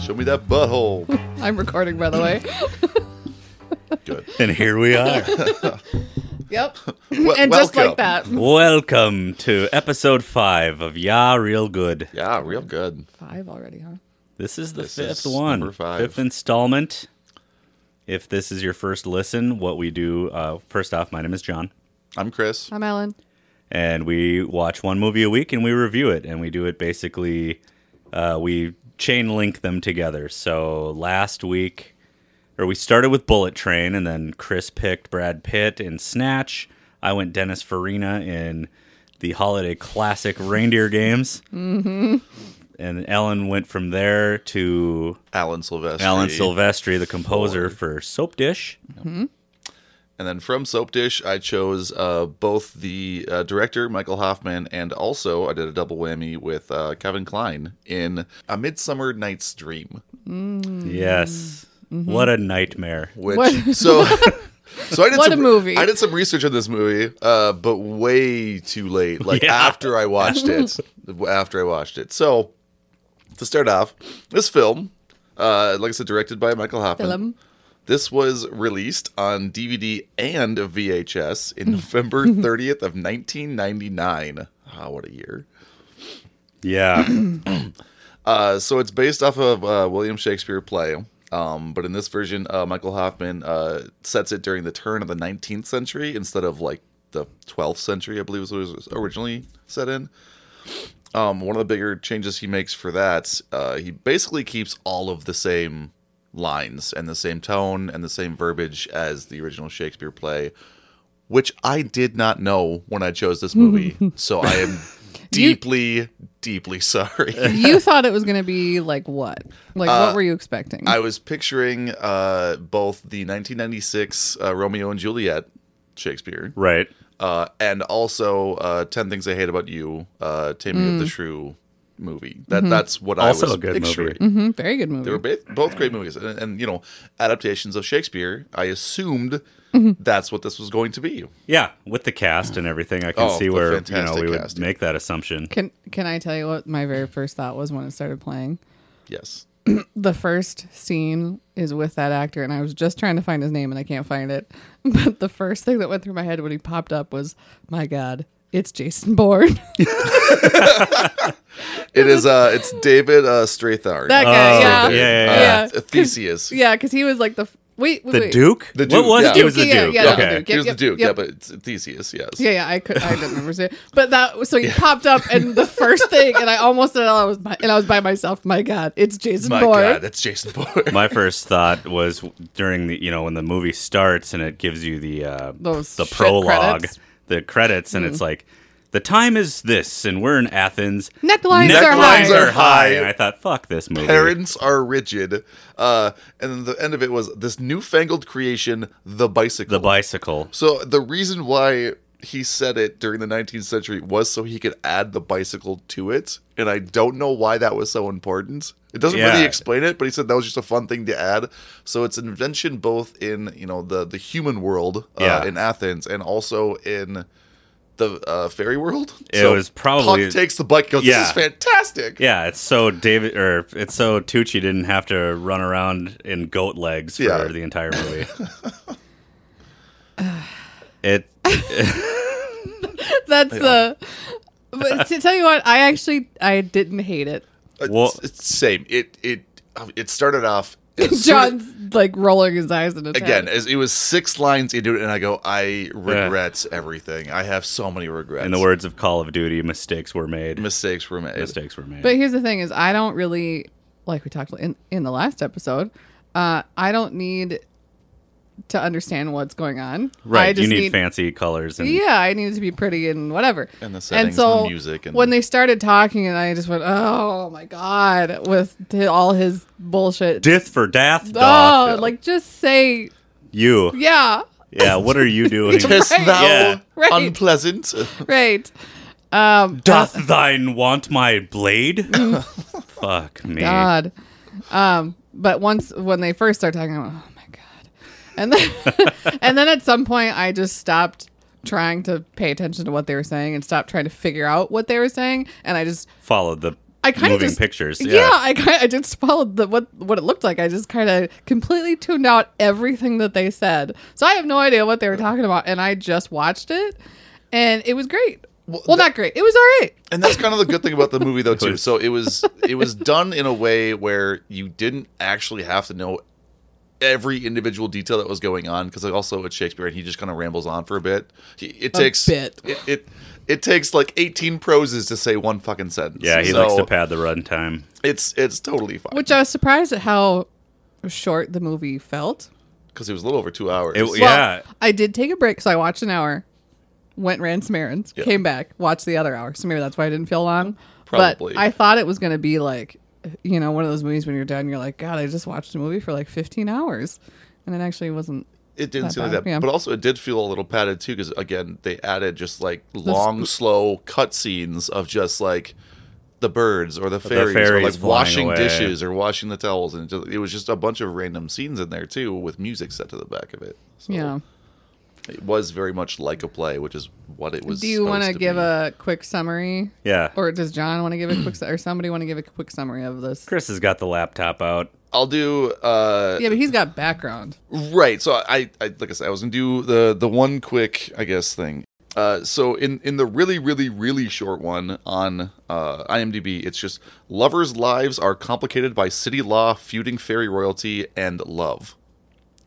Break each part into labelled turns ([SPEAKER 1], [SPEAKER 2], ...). [SPEAKER 1] Show me that butthole.
[SPEAKER 2] I'm recording, by the way.
[SPEAKER 1] Good.
[SPEAKER 3] And here we are.
[SPEAKER 2] Yep.
[SPEAKER 1] Wel-
[SPEAKER 2] and just
[SPEAKER 1] welcome.
[SPEAKER 2] like that.
[SPEAKER 3] Welcome to episode five of Yeah Real Good.
[SPEAKER 1] Yeah, real good.
[SPEAKER 2] Five already, huh?
[SPEAKER 3] This is the
[SPEAKER 1] This
[SPEAKER 3] fifth
[SPEAKER 1] is
[SPEAKER 3] one,
[SPEAKER 1] number five.
[SPEAKER 3] fifth installment. If this is your first listen, what we do, uh, first off, my name is John,
[SPEAKER 1] I'm Chris.
[SPEAKER 2] I'm Ellen.
[SPEAKER 3] and we watch one movie a week and we review it, and we do it basically, uh, we chain link them together. So last week, or we started with Bullet Train, and then Chris picked Brad Pitt in Snatch. I went Dennis Farina in the holiday classic Reindeer Games. Mm-hmm. And Ellen went from there to
[SPEAKER 1] Alan Silvestri.
[SPEAKER 3] Alan Silvestri, the composer for Soap Dish.
[SPEAKER 1] And then from Soap Dish, I chose uh, both the uh, director, Michael Hoffman, and also I did a double whammy with uh, Kevin Klein in A Midsummer Night's Dream.
[SPEAKER 3] Yes. What a nightmare.
[SPEAKER 1] Which
[SPEAKER 2] What-
[SPEAKER 1] so so I did
[SPEAKER 2] What
[SPEAKER 1] some,
[SPEAKER 2] a movie.
[SPEAKER 1] I did some research on this movie, uh, but way too late. Like
[SPEAKER 3] Yeah.
[SPEAKER 1] after I watched it, after I watched it. So to start off, this film, uh, like I said, directed by Michael Hoffman.
[SPEAKER 2] Film.
[SPEAKER 1] This was released on DVD and VHS
[SPEAKER 2] Mm.
[SPEAKER 1] in November 30th of 1999. Ah, what a year.
[SPEAKER 3] Yeah.
[SPEAKER 1] Uh, so it's based off of uh, William Shakespeare play, um, but in this version, uh, Michael Hoffman uh, sets it during the turn of the 19th century instead of like the 12th century, I believe is what it was originally set in. Um, one of the bigger changes he makes for that, uh, he basically keeps all of the same lines and the same tone and the same verbiage as the original Shakespeare play, which I did not know when I chose this movie. so I am deeply, deeply sorry.
[SPEAKER 2] You thought it was going to be like what? Like, what were you expecting?
[SPEAKER 1] Uh, I was picturing uh, both the 1996 uh, Romeo and Juliet Shakespeare
[SPEAKER 3] right.
[SPEAKER 1] uh, and also uh, 10 Things I Hate About You, uh, Taming of the
[SPEAKER 2] Mm.
[SPEAKER 1] Shrew movie. That
[SPEAKER 2] Mm-hmm.
[SPEAKER 1] That's what I
[SPEAKER 3] Also
[SPEAKER 1] was
[SPEAKER 3] a good movie.
[SPEAKER 1] picturing.
[SPEAKER 2] Mhm, Very good movie.
[SPEAKER 1] They were ba- both great movies. And, and, you know, adaptations of Shakespeare, I assumed
[SPEAKER 2] Mm-hmm.
[SPEAKER 1] that's what this was going to be.
[SPEAKER 3] Yeah. With the cast and everything, I can
[SPEAKER 1] Oh,
[SPEAKER 3] see
[SPEAKER 1] the
[SPEAKER 3] where you know
[SPEAKER 1] fantastic
[SPEAKER 3] we would
[SPEAKER 1] casting.
[SPEAKER 3] make that assumption.
[SPEAKER 2] Can Can I tell you what my very first thought was when it started playing?
[SPEAKER 1] Yes.
[SPEAKER 2] The first scene is with that actor, and I was just trying to find his name and I can't find it. But the first thing that went through my head when he popped up was, "My God, it's Jason Bourne."
[SPEAKER 1] It is, uh, it's David uh, Strathar.
[SPEAKER 2] that
[SPEAKER 1] Uh,
[SPEAKER 2] guy, yeah,
[SPEAKER 3] yeah, yeah,
[SPEAKER 1] uh,
[SPEAKER 3] yeah.
[SPEAKER 1] Theseus.
[SPEAKER 2] yeah, because he was like the f- wait, wait,
[SPEAKER 3] The
[SPEAKER 2] wait.
[SPEAKER 3] Duke?
[SPEAKER 1] The Duke,
[SPEAKER 3] What was
[SPEAKER 1] yeah.
[SPEAKER 3] it? It was the
[SPEAKER 2] Duke, yeah,
[SPEAKER 3] Duke.
[SPEAKER 2] yeah, the
[SPEAKER 3] okay.
[SPEAKER 2] Duke.
[SPEAKER 1] He was
[SPEAKER 2] Yep,
[SPEAKER 1] the Duke,
[SPEAKER 2] yep,
[SPEAKER 1] yeah,
[SPEAKER 2] yep.
[SPEAKER 1] but it's Theseus, yes.
[SPEAKER 2] Yeah, yeah, I could, I didn't remember seeing, but that so he popped up, and the first thing, and I almost said, I was, by, and I was by myself. My God, it's Jason
[SPEAKER 1] My
[SPEAKER 2] Bourne.
[SPEAKER 1] God, that's Jason Bourne.
[SPEAKER 3] My first thought was during the you know when the movie starts and it gives you the uh,
[SPEAKER 2] Those
[SPEAKER 3] the
[SPEAKER 2] shit
[SPEAKER 3] prologue,
[SPEAKER 2] credits. Mm.
[SPEAKER 3] the credits, and it's like the time is this, and we're in Athens.
[SPEAKER 2] Necklines
[SPEAKER 1] are
[SPEAKER 3] Necklines
[SPEAKER 1] high.
[SPEAKER 3] are high, and I thought, fuck this movie.
[SPEAKER 1] parents are rigid. Uh, and the end of it was this newfangled creation, the bicycle.
[SPEAKER 3] The bicycle.
[SPEAKER 1] so the reason why he said it during the 19th century was so he could add the bicycle to it. And I don't know why that was so important. It doesn't
[SPEAKER 3] Yeah.
[SPEAKER 1] really explain it, but he said that was just a fun thing to add. So it's an invention both in you know the the human world uh,
[SPEAKER 3] Yeah.
[SPEAKER 1] in Athens and also in the uh, fairy world.
[SPEAKER 3] It was probably-
[SPEAKER 1] Puck takes the bike. Goes,
[SPEAKER 3] Yeah.
[SPEAKER 1] this is fantastic.
[SPEAKER 3] Yeah, it's so David or it's so Tucci didn't have to run around in goat legs for
[SPEAKER 1] Yeah.
[SPEAKER 3] the entire movie. it
[SPEAKER 2] That's the. But to tell you what, I actually I didn't hate it.
[SPEAKER 1] It's-
[SPEAKER 3] Well-
[SPEAKER 1] it's same. It it um, it started off as soon-
[SPEAKER 2] John's like rolling his eyes in a
[SPEAKER 1] again as it was six lines into it, and I go, I regret everything. I have so many regrets.
[SPEAKER 3] in the words of Call of Duty, mistakes were made.
[SPEAKER 1] mistakes were made.
[SPEAKER 3] Mistakes were made.
[SPEAKER 2] But here's the thing: is I don't really like we talked in in the last episode. Uh, I don't need to understand what's going on. I
[SPEAKER 3] right, you
[SPEAKER 2] just
[SPEAKER 3] need, fancy colors and
[SPEAKER 2] yeah, I needed to be pretty and whatever.
[SPEAKER 1] And the settings and the music and-
[SPEAKER 2] when they started talking, and I just went, "Oh my god!" with t- all his bullshit.
[SPEAKER 3] Dith for Dath
[SPEAKER 2] oh,
[SPEAKER 3] Doth.
[SPEAKER 2] like just say,
[SPEAKER 3] you.
[SPEAKER 2] "Yeah,
[SPEAKER 3] Yeah, what are you doing?
[SPEAKER 1] Tis
[SPEAKER 2] Right.
[SPEAKER 1] thou
[SPEAKER 3] Yeah.
[SPEAKER 2] Right.
[SPEAKER 1] unpleasant.
[SPEAKER 2] right." Um,
[SPEAKER 3] Doth thine want my blade? Fuck me.
[SPEAKER 2] God. Um, but once when they first start talking, I went, "Oh my god!" And then, and then at some point, I just stopped trying to pay attention to what they were saying and stopped trying to figure out what they were saying, and I just
[SPEAKER 3] Followed the
[SPEAKER 2] I kind of
[SPEAKER 3] moving
[SPEAKER 2] just
[SPEAKER 3] pictures.
[SPEAKER 2] Yeah, I kind I just followed the what what it looked like. I just kind of completely tuned out everything that they said, so I have no idea what they were talking about. And I just watched it, and it was great. Well, not great. It was all right.
[SPEAKER 1] and that's kind of the good thing about the movie though too
[SPEAKER 3] was-
[SPEAKER 1] so it was it was done in a way where you didn't actually have to know every individual detail that was going on because also it's shakespeare and he just kind of rambles on for a bit he, it takes
[SPEAKER 2] bit.
[SPEAKER 1] It, it it takes like 18 proses to say one fucking sentence
[SPEAKER 3] Yeah, he
[SPEAKER 1] So
[SPEAKER 3] likes to pad the runtime.
[SPEAKER 1] it's it's totally fine
[SPEAKER 2] Which I was surprised at how short the movie felt.
[SPEAKER 1] because it was a little over two hours
[SPEAKER 3] It-
[SPEAKER 2] Well,
[SPEAKER 3] yeah,
[SPEAKER 2] I did take a break, so I watched an hour, went ran some errands,
[SPEAKER 1] Yeah.
[SPEAKER 2] came back, watched the other hour. So maybe that's why I didn't feel long.
[SPEAKER 1] Probably.
[SPEAKER 2] But I thought it was going to be like, you know, one of those movies when you're done, you're like, God, I just watched a movie for like 15 hours, and it actually wasn't.
[SPEAKER 1] it didn't
[SPEAKER 2] Not
[SPEAKER 1] seem like
[SPEAKER 2] bad,
[SPEAKER 1] that,
[SPEAKER 2] yeah.
[SPEAKER 1] but also it did feel a little padded too because again they added just like long, slow cut scenes of just like the birds or the fairies, or
[SPEAKER 3] fairies
[SPEAKER 1] like
[SPEAKER 3] flying
[SPEAKER 1] washing
[SPEAKER 3] away.
[SPEAKER 1] dishes or washing the towels, and just, it was just a bunch of random scenes in there too with music set to the back of it. So
[SPEAKER 2] Yeah.
[SPEAKER 1] it was very much like a play, which is what it was.
[SPEAKER 2] Do you want
[SPEAKER 1] supposed
[SPEAKER 2] to give
[SPEAKER 1] be.
[SPEAKER 2] a quick summary?
[SPEAKER 3] yeah.
[SPEAKER 2] Or does John want to give a quick su- or somebody want to give a quick summary of this?
[SPEAKER 3] Chris has got the laptop out.
[SPEAKER 1] I'll do. Uh,
[SPEAKER 2] Yeah, but he's got background.
[SPEAKER 1] Right. So I, I like I said, I was gonna do the the one quick, I guess, thing. Uh, so in in the really really really short one on uh, IMDb, it's just lovers' lives are complicated by city law, feuding fairy royalty, and love,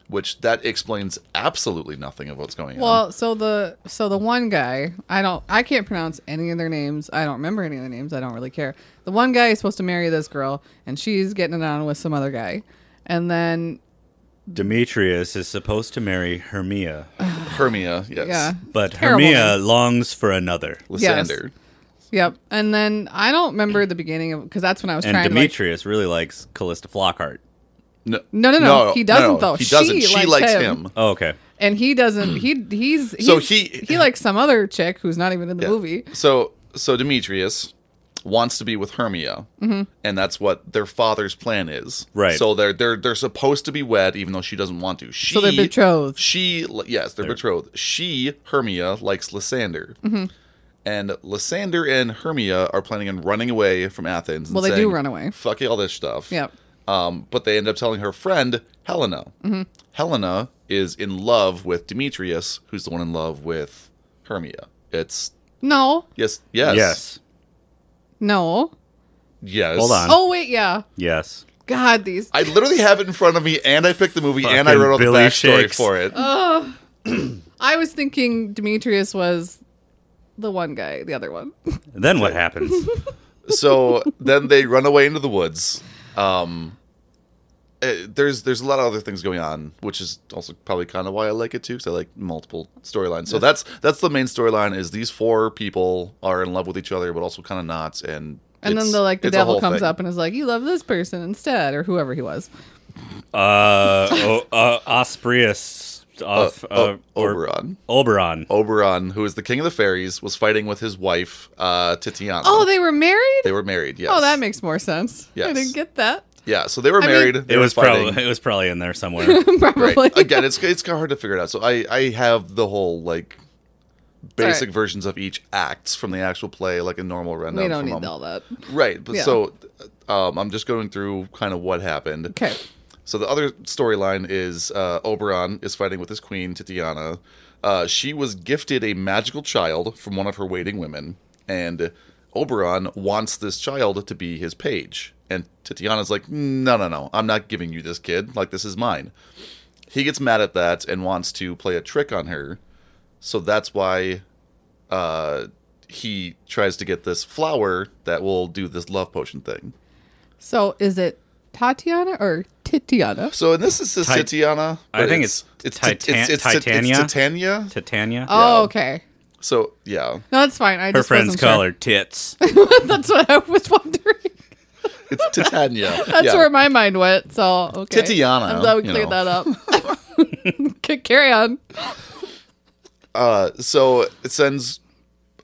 [SPEAKER 1] which that explains absolutely nothing of what's going on.
[SPEAKER 2] Well, so the so the one guy, I don't I can't pronounce any of their names. I don't remember any of their names. I don't really care. The one guy is supposed to marry this girl and she's getting it on with some other guy. And then
[SPEAKER 3] Demetrius is supposed to marry Hermia,
[SPEAKER 1] Hermia, yes,
[SPEAKER 2] yeah.
[SPEAKER 3] but
[SPEAKER 2] Uh, Terrible
[SPEAKER 3] Hermia longs for another.
[SPEAKER 1] Lysander.
[SPEAKER 2] Yep. And then I don't remember the beginning of cuz that's when I was
[SPEAKER 3] And
[SPEAKER 2] trying to like,
[SPEAKER 3] Demetrius really likes Callista Flockhart.
[SPEAKER 1] No,
[SPEAKER 2] No, no, no, he doesn't, though.
[SPEAKER 1] He doesn't.
[SPEAKER 2] She
[SPEAKER 1] She,
[SPEAKER 2] likes
[SPEAKER 1] likes
[SPEAKER 2] him.
[SPEAKER 1] him.
[SPEAKER 3] Oh, okay.
[SPEAKER 2] and he doesn't he he's, he's
[SPEAKER 1] So he-
[SPEAKER 2] he likes some other chick who's not even in the
[SPEAKER 1] Yeah.
[SPEAKER 2] movie.
[SPEAKER 1] So so Demetrius wants to be with Hermia,
[SPEAKER 2] Mm-hmm.
[SPEAKER 1] and that's what their father's plan is.
[SPEAKER 3] Right.
[SPEAKER 1] So they're they're they're supposed to be wed, even though she doesn't want to. She,
[SPEAKER 2] they're betrothed.
[SPEAKER 1] She yes, they're, betrothed. She Hermia likes Lysander.
[SPEAKER 2] Mm-hmm.
[SPEAKER 1] And Lysander and Hermia are planning on running away from Athens. and
[SPEAKER 2] Well, they do
[SPEAKER 1] saying,
[SPEAKER 2] run away.
[SPEAKER 1] Fuck all this stuff.
[SPEAKER 2] Yep.
[SPEAKER 1] Um, but they end up telling her friend Helena.
[SPEAKER 2] Mm-hmm.
[SPEAKER 1] Helena is in love with Demetrius, who's the one in love with Hermia. It's
[SPEAKER 2] No.
[SPEAKER 1] Yes, yes,
[SPEAKER 3] Yes.
[SPEAKER 2] No.
[SPEAKER 1] yes.
[SPEAKER 3] Hold on.
[SPEAKER 2] Oh wait, yeah.
[SPEAKER 3] Yes.
[SPEAKER 2] God, these
[SPEAKER 1] I literally have it in front of me, and I picked the movie, and I
[SPEAKER 3] Fucking
[SPEAKER 1] wrote all the
[SPEAKER 3] Billy
[SPEAKER 1] backstory
[SPEAKER 3] Shakes.
[SPEAKER 1] for it.
[SPEAKER 2] Oh. I was thinking Demetrius was the one guy, the other one.
[SPEAKER 3] Then what happens?
[SPEAKER 1] so then they run away into the woods. Um, eh, there's there's a lot of other things going on, which is also probably kind of why I like it too, because I like multiple storylines. So that's that's the main storyline is these four people are in love with each other, but also kind of not. And
[SPEAKER 2] And then
[SPEAKER 1] it's-
[SPEAKER 2] the like the
[SPEAKER 1] it's a
[SPEAKER 2] devil
[SPEAKER 1] whole
[SPEAKER 2] comes
[SPEAKER 1] thing.
[SPEAKER 2] up and is like, "You love this person instead," or whoever he was.
[SPEAKER 3] uh, o- uh, Osprius off, uh,
[SPEAKER 1] O-
[SPEAKER 3] or
[SPEAKER 1] Oberon. Oh,
[SPEAKER 3] Oberon.
[SPEAKER 1] Oberon, who is the king of the fairies, was fighting with his wife uh, Titiana.
[SPEAKER 2] Oh, they were married.
[SPEAKER 1] they were married. Yes.
[SPEAKER 2] Oh, that makes more sense. I
[SPEAKER 1] Yes.
[SPEAKER 2] didn't get that.
[SPEAKER 1] Yeah, so they were
[SPEAKER 2] mean-
[SPEAKER 1] married. they
[SPEAKER 3] it
[SPEAKER 1] were
[SPEAKER 3] was
[SPEAKER 1] fighting.
[SPEAKER 3] probably it was probably in there somewhere.
[SPEAKER 2] Probably.
[SPEAKER 1] Right. Again, it's it's kind of hard to figure it out. So I I have the whole like basic
[SPEAKER 2] Alright.
[SPEAKER 1] versions of each acts from the actual play, like a normal rundown.
[SPEAKER 2] we don't
[SPEAKER 1] from
[SPEAKER 2] need
[SPEAKER 1] them.
[SPEAKER 2] all that.
[SPEAKER 1] Right, but
[SPEAKER 2] Yeah.
[SPEAKER 1] so um, I'm just going through kind of what happened.
[SPEAKER 2] Okay.
[SPEAKER 1] So the other storyline is uh, Oberon is fighting with his queen Titiana. Uh, she was gifted a magical child from one of her waiting women, and Oberon wants this child to be his page. And Titiana's like, "No, no, no! I'm not giving you this kid. Like this is mine." He gets mad at that and wants to play a trick on her. So that's why uh, he tries to get this flower that will do this love potion thing.
[SPEAKER 2] So is it Tatiana or Titiana?
[SPEAKER 1] So, and this is the
[SPEAKER 3] Ti-
[SPEAKER 1] Titiana.
[SPEAKER 3] I
[SPEAKER 1] but
[SPEAKER 3] think
[SPEAKER 1] it's
[SPEAKER 3] it's
[SPEAKER 1] ti-
[SPEAKER 3] Titan-
[SPEAKER 1] ti-
[SPEAKER 3] Titania?
[SPEAKER 1] Titania.
[SPEAKER 3] Titania.
[SPEAKER 2] Oh,
[SPEAKER 1] Yeah.
[SPEAKER 2] okay.
[SPEAKER 1] So yeah,
[SPEAKER 2] No, that's fine. I
[SPEAKER 3] Her
[SPEAKER 2] just
[SPEAKER 3] friends
[SPEAKER 2] wasn't
[SPEAKER 3] call
[SPEAKER 2] sure.
[SPEAKER 3] her tits.
[SPEAKER 2] That's what I was wondering.
[SPEAKER 1] it's Titania.
[SPEAKER 2] That's
[SPEAKER 1] yeah.
[SPEAKER 2] where my mind went. So okay.
[SPEAKER 1] Titiana,
[SPEAKER 2] I'm glad we
[SPEAKER 1] you
[SPEAKER 2] cleared
[SPEAKER 1] know.
[SPEAKER 2] that up. Okay, Carry on.
[SPEAKER 1] uh, so it sends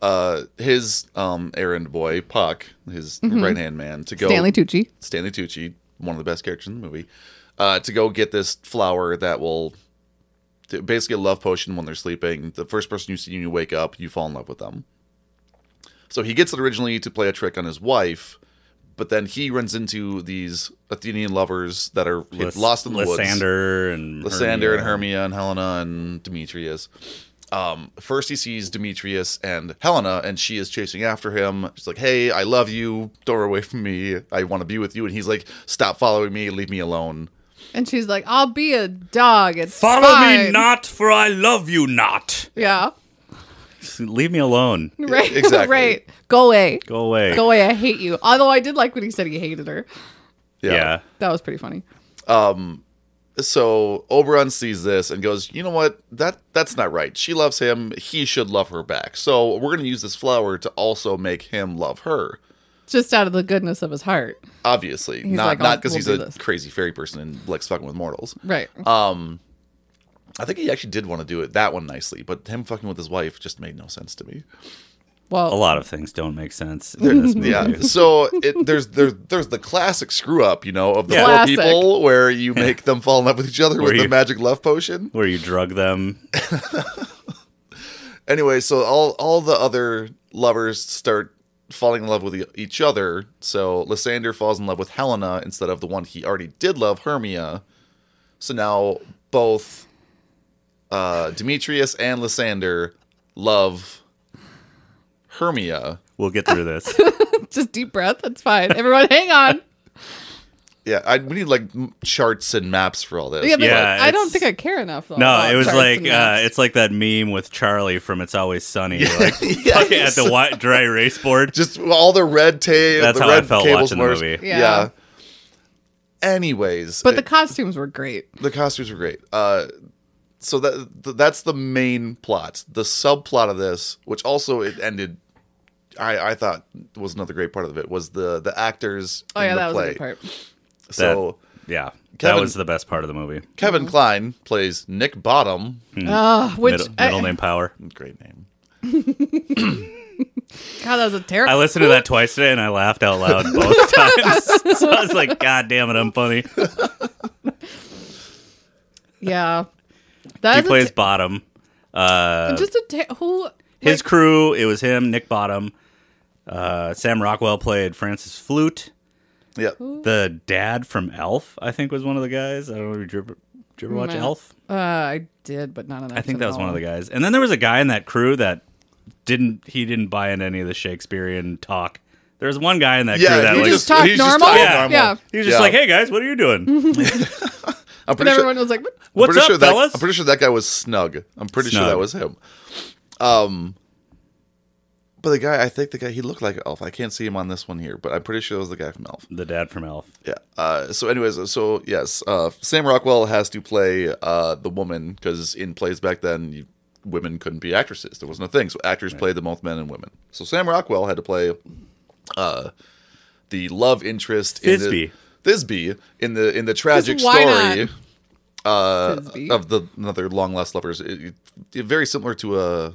[SPEAKER 1] uh, his um, errand boy Puck, his right hand man, to go
[SPEAKER 2] Mm-hmm. Stanley Tucci.
[SPEAKER 1] Stanley Tucci, one of the best characters in the movie, uh, to go get this flower that will to- basically a love potion when they're sleeping. The first person you see when you wake up, you fall in love with them. So he gets it originally to play a trick on his wife, but then he runs into these Athenian lovers that are hid-
[SPEAKER 3] Lys-
[SPEAKER 1] lost in the woods.
[SPEAKER 3] Lysander and
[SPEAKER 1] Lysander and
[SPEAKER 3] Hermia.
[SPEAKER 1] Hermia and Helena and Demetrius. Um, first, he sees Demetrius and Helena, and she is chasing after him. She's like, "Hey, I love you. Don't run away from me. I want to be with you." And he's like, "Stop following me. Leave me alone."
[SPEAKER 2] And she's like, I'll be a dog. It's
[SPEAKER 3] Follow me
[SPEAKER 2] fine."
[SPEAKER 3] not, for I love you not.
[SPEAKER 2] Yeah.
[SPEAKER 3] Leave me alone.
[SPEAKER 2] Right.
[SPEAKER 1] E-, exactly.
[SPEAKER 2] right. Go away.
[SPEAKER 3] Go away.
[SPEAKER 2] Go away. I hate you. Although I did like when he said he hated her.
[SPEAKER 3] yeah.
[SPEAKER 2] That was pretty funny.
[SPEAKER 1] So Oberon sees this and goes, "You know what? That that's not right. She loves him. He should love her back. So we're going to use this flower to also make him love her."
[SPEAKER 2] Just out of the goodness of his heart.
[SPEAKER 1] Obviously, not
[SPEAKER 2] like,
[SPEAKER 1] not
[SPEAKER 2] "I'll-
[SPEAKER 1] because
[SPEAKER 2] we'll
[SPEAKER 1] he's
[SPEAKER 2] do
[SPEAKER 1] a
[SPEAKER 2] this."
[SPEAKER 1] crazy fairy person and likes fucking with mortals.
[SPEAKER 2] Right.
[SPEAKER 1] Uh, I think he actually did want to do it that one nicely, but him fucking with his wife just made no sense to me.
[SPEAKER 2] well,
[SPEAKER 3] A lot of things don't make sense. in this movie.
[SPEAKER 1] Yeah. so it, there's there's there's the classic screw up, you know, of the
[SPEAKER 3] Yeah.
[SPEAKER 1] four
[SPEAKER 2] Classic.
[SPEAKER 1] people where you make them fall in love with each other with the
[SPEAKER 3] you-
[SPEAKER 1] magic love potion.
[SPEAKER 3] Where you drug them.
[SPEAKER 1] Anyway, so all all the other lovers start falling in love with e- each other. So Lysander falls in love with Helena instead of the one he already did love, Hermia. So now both uh, Demetrius and Lysander love Hermia.
[SPEAKER 3] We'll get through this.
[SPEAKER 2] just deep breath. That's fine. Everyone, hang on.
[SPEAKER 1] Yeah, I, we need like m- charts and maps for all this.
[SPEAKER 2] Yeah, but
[SPEAKER 3] Yeah,
[SPEAKER 2] like, I don't
[SPEAKER 3] it's-
[SPEAKER 2] think I care enough. though,
[SPEAKER 3] No,
[SPEAKER 2] about
[SPEAKER 3] it was
[SPEAKER 2] charts
[SPEAKER 3] like
[SPEAKER 2] and
[SPEAKER 3] uh,
[SPEAKER 2] maps.
[SPEAKER 3] it's like that meme with Charlie from It's Always Sunny. Like
[SPEAKER 1] Yes.
[SPEAKER 3] fuck it, at the wi- dry erase board.
[SPEAKER 1] Just all the red tape.
[SPEAKER 3] That's
[SPEAKER 1] the
[SPEAKER 3] how I
[SPEAKER 1] red
[SPEAKER 3] felt
[SPEAKER 1] cables
[SPEAKER 3] watching the
[SPEAKER 1] wires.
[SPEAKER 3] movie.
[SPEAKER 1] Yeah.
[SPEAKER 2] Yeah.
[SPEAKER 1] Anyways,
[SPEAKER 2] But the
[SPEAKER 1] it-
[SPEAKER 2] costumes were great.
[SPEAKER 1] the costumes were great. Uh, so that th- that's the main plot. The subplot of this, which also it ended, I I thought was another great part of it was the the actors.
[SPEAKER 2] Oh
[SPEAKER 1] in
[SPEAKER 2] yeah,
[SPEAKER 1] the
[SPEAKER 2] that was
[SPEAKER 1] play.
[SPEAKER 2] a good part.
[SPEAKER 1] So
[SPEAKER 3] Yeah, that
[SPEAKER 1] Kevin-
[SPEAKER 3] was the best part of the movie.
[SPEAKER 1] Kevin
[SPEAKER 2] Mm-hmm.
[SPEAKER 1] Klein plays Nick Bottom.
[SPEAKER 2] Uh, which
[SPEAKER 3] Mm. Middle, middle
[SPEAKER 2] I-
[SPEAKER 3] name power.
[SPEAKER 1] Great name.
[SPEAKER 2] God, that was a
[SPEAKER 3] I
[SPEAKER 2] terrible.
[SPEAKER 3] listened to that twice today and I laughed out loud both times. so I was like, God damn it, I'm funny.
[SPEAKER 2] yeah, that
[SPEAKER 3] He
[SPEAKER 2] is a
[SPEAKER 3] plays bottom.
[SPEAKER 2] ter- just a ter- who
[SPEAKER 3] His crew, it was him, Nick Bottom. Uh, Sam Rockwell played Francis Flute.
[SPEAKER 1] Yeah.
[SPEAKER 3] The dad from Elf, I think, was one of the guys. I don't know if you ever, did you ever watch
[SPEAKER 2] No.
[SPEAKER 3] Elf?
[SPEAKER 2] Uh, I did, but none of that.
[SPEAKER 3] I think that was one of the guys. And then there was a guy in that crew that didn't he didn't buy into any of the Shakespearean talk. There was one guy in that
[SPEAKER 1] Yeah,
[SPEAKER 3] crew that
[SPEAKER 1] he
[SPEAKER 3] was
[SPEAKER 1] just-
[SPEAKER 2] just talk
[SPEAKER 1] he just
[SPEAKER 2] normal.
[SPEAKER 1] talked
[SPEAKER 2] yeah,
[SPEAKER 1] normal.
[SPEAKER 2] yeah. Mm-hmm.
[SPEAKER 3] he was just
[SPEAKER 1] Yeah.
[SPEAKER 3] like, "Hey guys, what are you doing?
[SPEAKER 1] I'm
[SPEAKER 2] And
[SPEAKER 1] pretty sure.
[SPEAKER 2] everyone was like, what?
[SPEAKER 1] I'm
[SPEAKER 3] What's
[SPEAKER 1] pretty
[SPEAKER 3] up,
[SPEAKER 1] sure that,
[SPEAKER 3] fellas?"
[SPEAKER 1] I'm pretty sure that guy was snug. I'm pretty sure
[SPEAKER 3] Snug.
[SPEAKER 1] that was him. Um, but the guy, I think the guy, he looked like Elf. I can't see him on this one here, but I'm pretty sure that was the guy from Elf.
[SPEAKER 3] the dad from Elf.
[SPEAKER 1] Yeah. Uh, so, anyways, so yes, uh, Sam Rockwell has to play uh, the woman because in plays back then, you, women couldn't be actresses. There wasn't a thing, so actors played them both men and women. So Sam Rockwell had to play uh, the love interest
[SPEAKER 3] Thisbe.
[SPEAKER 1] in the, Thisbe in the in the tragic
[SPEAKER 2] why
[SPEAKER 1] story
[SPEAKER 2] not?
[SPEAKER 1] uh,
[SPEAKER 2] Thisbe.
[SPEAKER 1] of the another long lost lovers. It- it- very similar to a,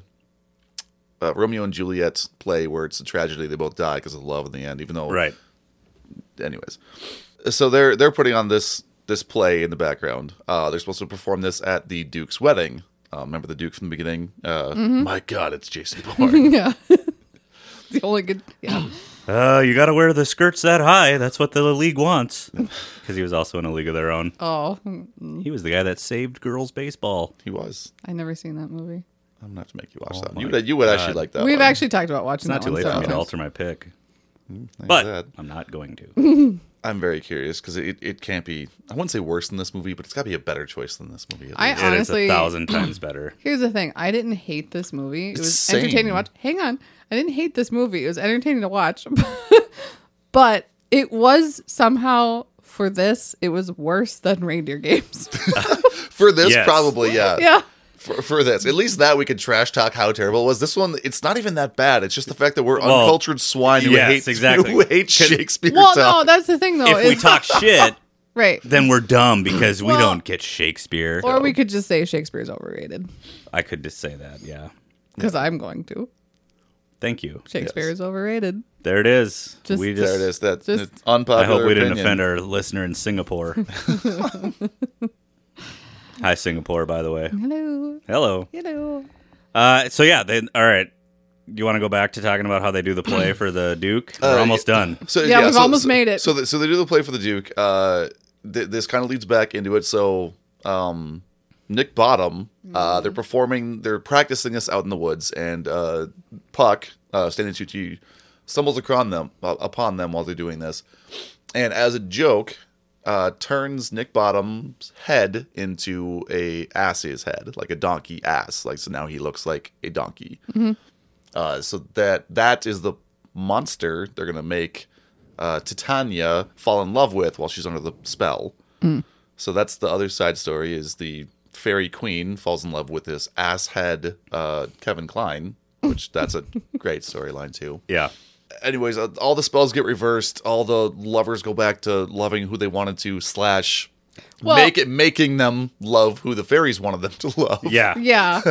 [SPEAKER 1] a Romeo and Juliet play where it's a tragedy they both die because of love in the end. Even though,
[SPEAKER 3] Right.
[SPEAKER 1] Anyways, so they're they're putting on this this play in the background. Uh, they're supposed to perform this at the Duke's wedding. Uh, remember the Duke from the beginning? Uh,
[SPEAKER 2] Mm-hmm.
[SPEAKER 1] My God, it's Jason Bourne.
[SPEAKER 2] Yeah. the only good. Yeah.
[SPEAKER 3] Uh, you got to wear the skirts that high. That's what the league wants. Because he was also in a league of their own.
[SPEAKER 2] Oh,
[SPEAKER 3] He was the guy that saved girls baseball.
[SPEAKER 1] he was.
[SPEAKER 2] I never seen that movie.
[SPEAKER 1] I'm gonna have to make you
[SPEAKER 3] Oh
[SPEAKER 1] watch that. You would you would actually like that.
[SPEAKER 2] We've
[SPEAKER 1] one.
[SPEAKER 2] actually talked about watching
[SPEAKER 3] It's not
[SPEAKER 2] that
[SPEAKER 3] too
[SPEAKER 2] one
[SPEAKER 3] late for
[SPEAKER 2] several
[SPEAKER 3] me to
[SPEAKER 2] times.
[SPEAKER 3] alter my pick,
[SPEAKER 1] Thank
[SPEAKER 3] but
[SPEAKER 1] God.
[SPEAKER 3] I'm not going to.
[SPEAKER 1] I'm very curious because it, it can't be. I wouldn't say worse than this movie, but it's got to be a better choice than this movie. at
[SPEAKER 2] I
[SPEAKER 1] least.
[SPEAKER 3] It is
[SPEAKER 2] honestly
[SPEAKER 3] a thousand times better.
[SPEAKER 2] Here's the thing. I didn't hate this movie. It was
[SPEAKER 1] same.
[SPEAKER 2] entertaining to watch. Hang on. I didn't hate this movie. It was entertaining to watch. but it was somehow for this, it was worse than reindeer games.
[SPEAKER 1] for this,
[SPEAKER 3] Yes.
[SPEAKER 1] probably yeah.
[SPEAKER 2] yeah.
[SPEAKER 1] For, for this, at least that we could trash talk how terrible it was. This one, it's not even that bad. It's just the fact that we're
[SPEAKER 3] Well,
[SPEAKER 1] uncultured swine who
[SPEAKER 3] yes,
[SPEAKER 1] hate
[SPEAKER 3] exactly.
[SPEAKER 1] who hate Shakespeare.
[SPEAKER 2] Well, no,
[SPEAKER 1] talk.
[SPEAKER 2] that's the thing though.
[SPEAKER 3] If we
[SPEAKER 2] is-
[SPEAKER 3] talk shit,
[SPEAKER 2] right.
[SPEAKER 3] then we're dumb because we
[SPEAKER 2] Well,
[SPEAKER 3] don't get Shakespeare.
[SPEAKER 2] or we could just say Shakespeare's overrated.
[SPEAKER 3] I could just say that. Yeah.
[SPEAKER 2] Because I'm going to.
[SPEAKER 3] Thank you.
[SPEAKER 2] Shakespeare
[SPEAKER 1] Yes.
[SPEAKER 2] is overrated.
[SPEAKER 3] There it is.
[SPEAKER 2] Just-
[SPEAKER 3] we just.
[SPEAKER 1] there it is. That
[SPEAKER 2] just-
[SPEAKER 1] it's unpopular.
[SPEAKER 3] I hope we didn't
[SPEAKER 1] opinion.
[SPEAKER 3] offend our listener in Singapore. Hi, Singapore, by the way.
[SPEAKER 2] Hello.
[SPEAKER 3] Hello.
[SPEAKER 2] Hello.
[SPEAKER 3] Uh, so yeah, they, all right. you want to go back to talking about how they do the play for the Duke? We're
[SPEAKER 1] Uh,
[SPEAKER 3] almost done.
[SPEAKER 1] So
[SPEAKER 2] Yeah, we've
[SPEAKER 1] so-
[SPEAKER 2] almost
[SPEAKER 1] so-
[SPEAKER 2] made it.
[SPEAKER 1] So, th- so they do the play for the Duke. Uh, th- this kind of leads back into it. So, um, Nick Bottom, uh,
[SPEAKER 2] Mm-hmm.
[SPEAKER 1] they're performing, they're practicing this out in the woods, and uh, Puck, uh, Stanley Tucci, stumbles upon them, uh, upon them while they're doing this, and as a joke, uh, turns Nick Bottom's head into a ass's head, like a donkey ass. Like so, now he looks like a donkey. Uh, so that that is the monster they're gonna make uh, Titania fall in love with while she's under the spell. So that's the other side story: is the fairy queen falls in love with this asshead uh, Kevin Klein, which that's a great storyline too.
[SPEAKER 3] Yeah.
[SPEAKER 1] Anyways, uh, all the spells get reversed. All the lovers go back to loving who they wanted to slash.
[SPEAKER 2] Well-
[SPEAKER 1] make it making them love who the fairies wanted them to love.
[SPEAKER 3] Yeah.
[SPEAKER 2] Yeah.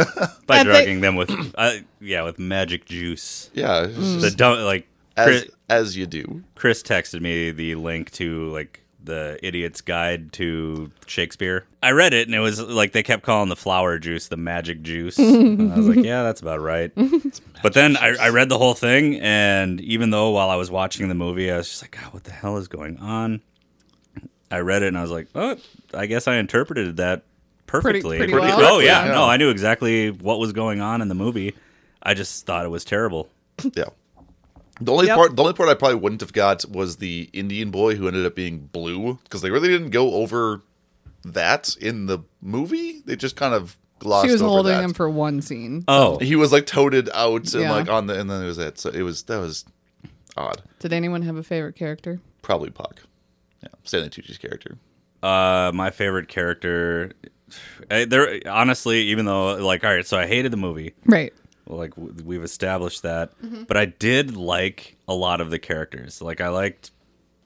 [SPEAKER 3] By
[SPEAKER 2] And they-
[SPEAKER 3] drugging them with, uh, yeah, with magic juice.
[SPEAKER 1] yeah. it's just-
[SPEAKER 3] The dumb, like
[SPEAKER 1] As
[SPEAKER 3] Chris,
[SPEAKER 1] as you do.
[SPEAKER 3] Chris texted me the link to like the Idiot's Guide to Shakespeare. I read it and it was like they kept calling the flower juice the magic juice. And I was like, yeah, that's about right. but then I, I read the whole thing, and even though while I was watching the movie, I was just like, God, what the hell is going on? I read it and I was like, oh, I guess I interpreted that perfectly.
[SPEAKER 2] pretty
[SPEAKER 1] Pretty well.
[SPEAKER 3] oh
[SPEAKER 1] correctly,
[SPEAKER 3] yeah,
[SPEAKER 1] yeah.
[SPEAKER 3] no, I knew exactly what was going on in the movie. I just thought it was terrible.
[SPEAKER 1] Yeah. The only
[SPEAKER 2] Yep.
[SPEAKER 1] part, the only part I probably wouldn't have got was the Indian boy who ended up being blue because they really didn't go over that in the movie. They just kind of glossed.
[SPEAKER 2] she was
[SPEAKER 1] over
[SPEAKER 2] holding
[SPEAKER 1] that.
[SPEAKER 2] him for one scene
[SPEAKER 3] Oh,
[SPEAKER 1] He was like toted out and
[SPEAKER 2] Yeah.
[SPEAKER 1] like on the, and then it was it. So it was that was odd.
[SPEAKER 2] did anyone have a favorite character
[SPEAKER 1] Probably Puck. Yeah, Stanley Tucci's character.
[SPEAKER 3] Uh, my favorite character. I, there, honestly, even though like, all right, so I hated the movie.
[SPEAKER 2] right
[SPEAKER 3] Well, Like w- we've established that, but I did like a lot of the characters. Like I liked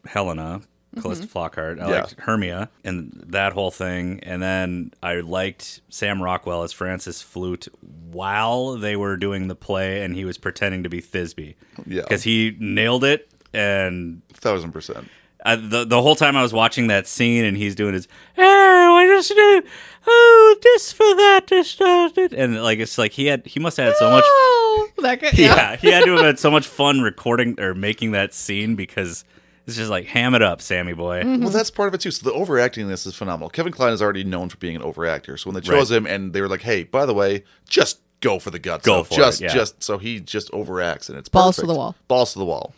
[SPEAKER 3] Helena, Calista Flockhart. I
[SPEAKER 1] Yeah.
[SPEAKER 3] liked Hermia, and that whole thing. And then I liked Sam Rockwell as Francis Flute while they were doing the play, and he was pretending to be Thisbe.
[SPEAKER 1] Yeah.
[SPEAKER 3] because he nailed it. And
[SPEAKER 1] Thousand percent.
[SPEAKER 3] I, the the whole time I was watching that scene, and he's doing his oh, I just do oh this for that, this for that," and like it's like he had he must have had so much
[SPEAKER 2] oh that guy yeah,
[SPEAKER 3] yeah he had to have had so much fun recording or making that scene because it's just like ham it up, Sammy boy.
[SPEAKER 2] Mm-hmm.
[SPEAKER 1] Well, that's part of it too. So the overacting in this is phenomenal. Kevin Klein is already known for being an overactor. So when they chose him, and they were like, "Hey, by the way, just go for the guts. So
[SPEAKER 3] Go for it,
[SPEAKER 1] just,
[SPEAKER 3] yeah.
[SPEAKER 1] just." So he just overacts, and it's
[SPEAKER 2] Balls to
[SPEAKER 1] perfect.
[SPEAKER 2] the wall.
[SPEAKER 1] Balls to the wall.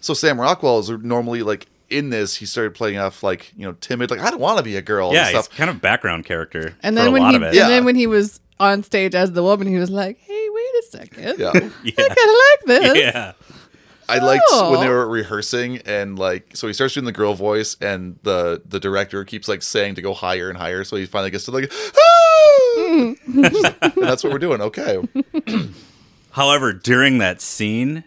[SPEAKER 1] So Sam Rockwell is normally like in this. He started playing off like you know timid, like I don't want to be a girl.
[SPEAKER 3] Yeah,
[SPEAKER 1] and
[SPEAKER 3] he's
[SPEAKER 1] stuff.
[SPEAKER 3] kind of background character
[SPEAKER 2] and
[SPEAKER 3] for
[SPEAKER 2] then
[SPEAKER 3] a
[SPEAKER 2] when
[SPEAKER 3] lot
[SPEAKER 2] he
[SPEAKER 3] of it.
[SPEAKER 2] and
[SPEAKER 1] Yeah.
[SPEAKER 2] then when he was on stage as the woman he was like hey wait a second
[SPEAKER 1] yeah.
[SPEAKER 2] i kind of like this
[SPEAKER 3] yeah.
[SPEAKER 1] I liked when they
[SPEAKER 2] Oh.
[SPEAKER 1] were rehearsing and like so he starts doing the girl voice and the the director keeps like saying to go higher and higher so he finally gets to like
[SPEAKER 3] Hmm.
[SPEAKER 1] "Ah!" and that's what we're doing okay
[SPEAKER 3] However, during that scene,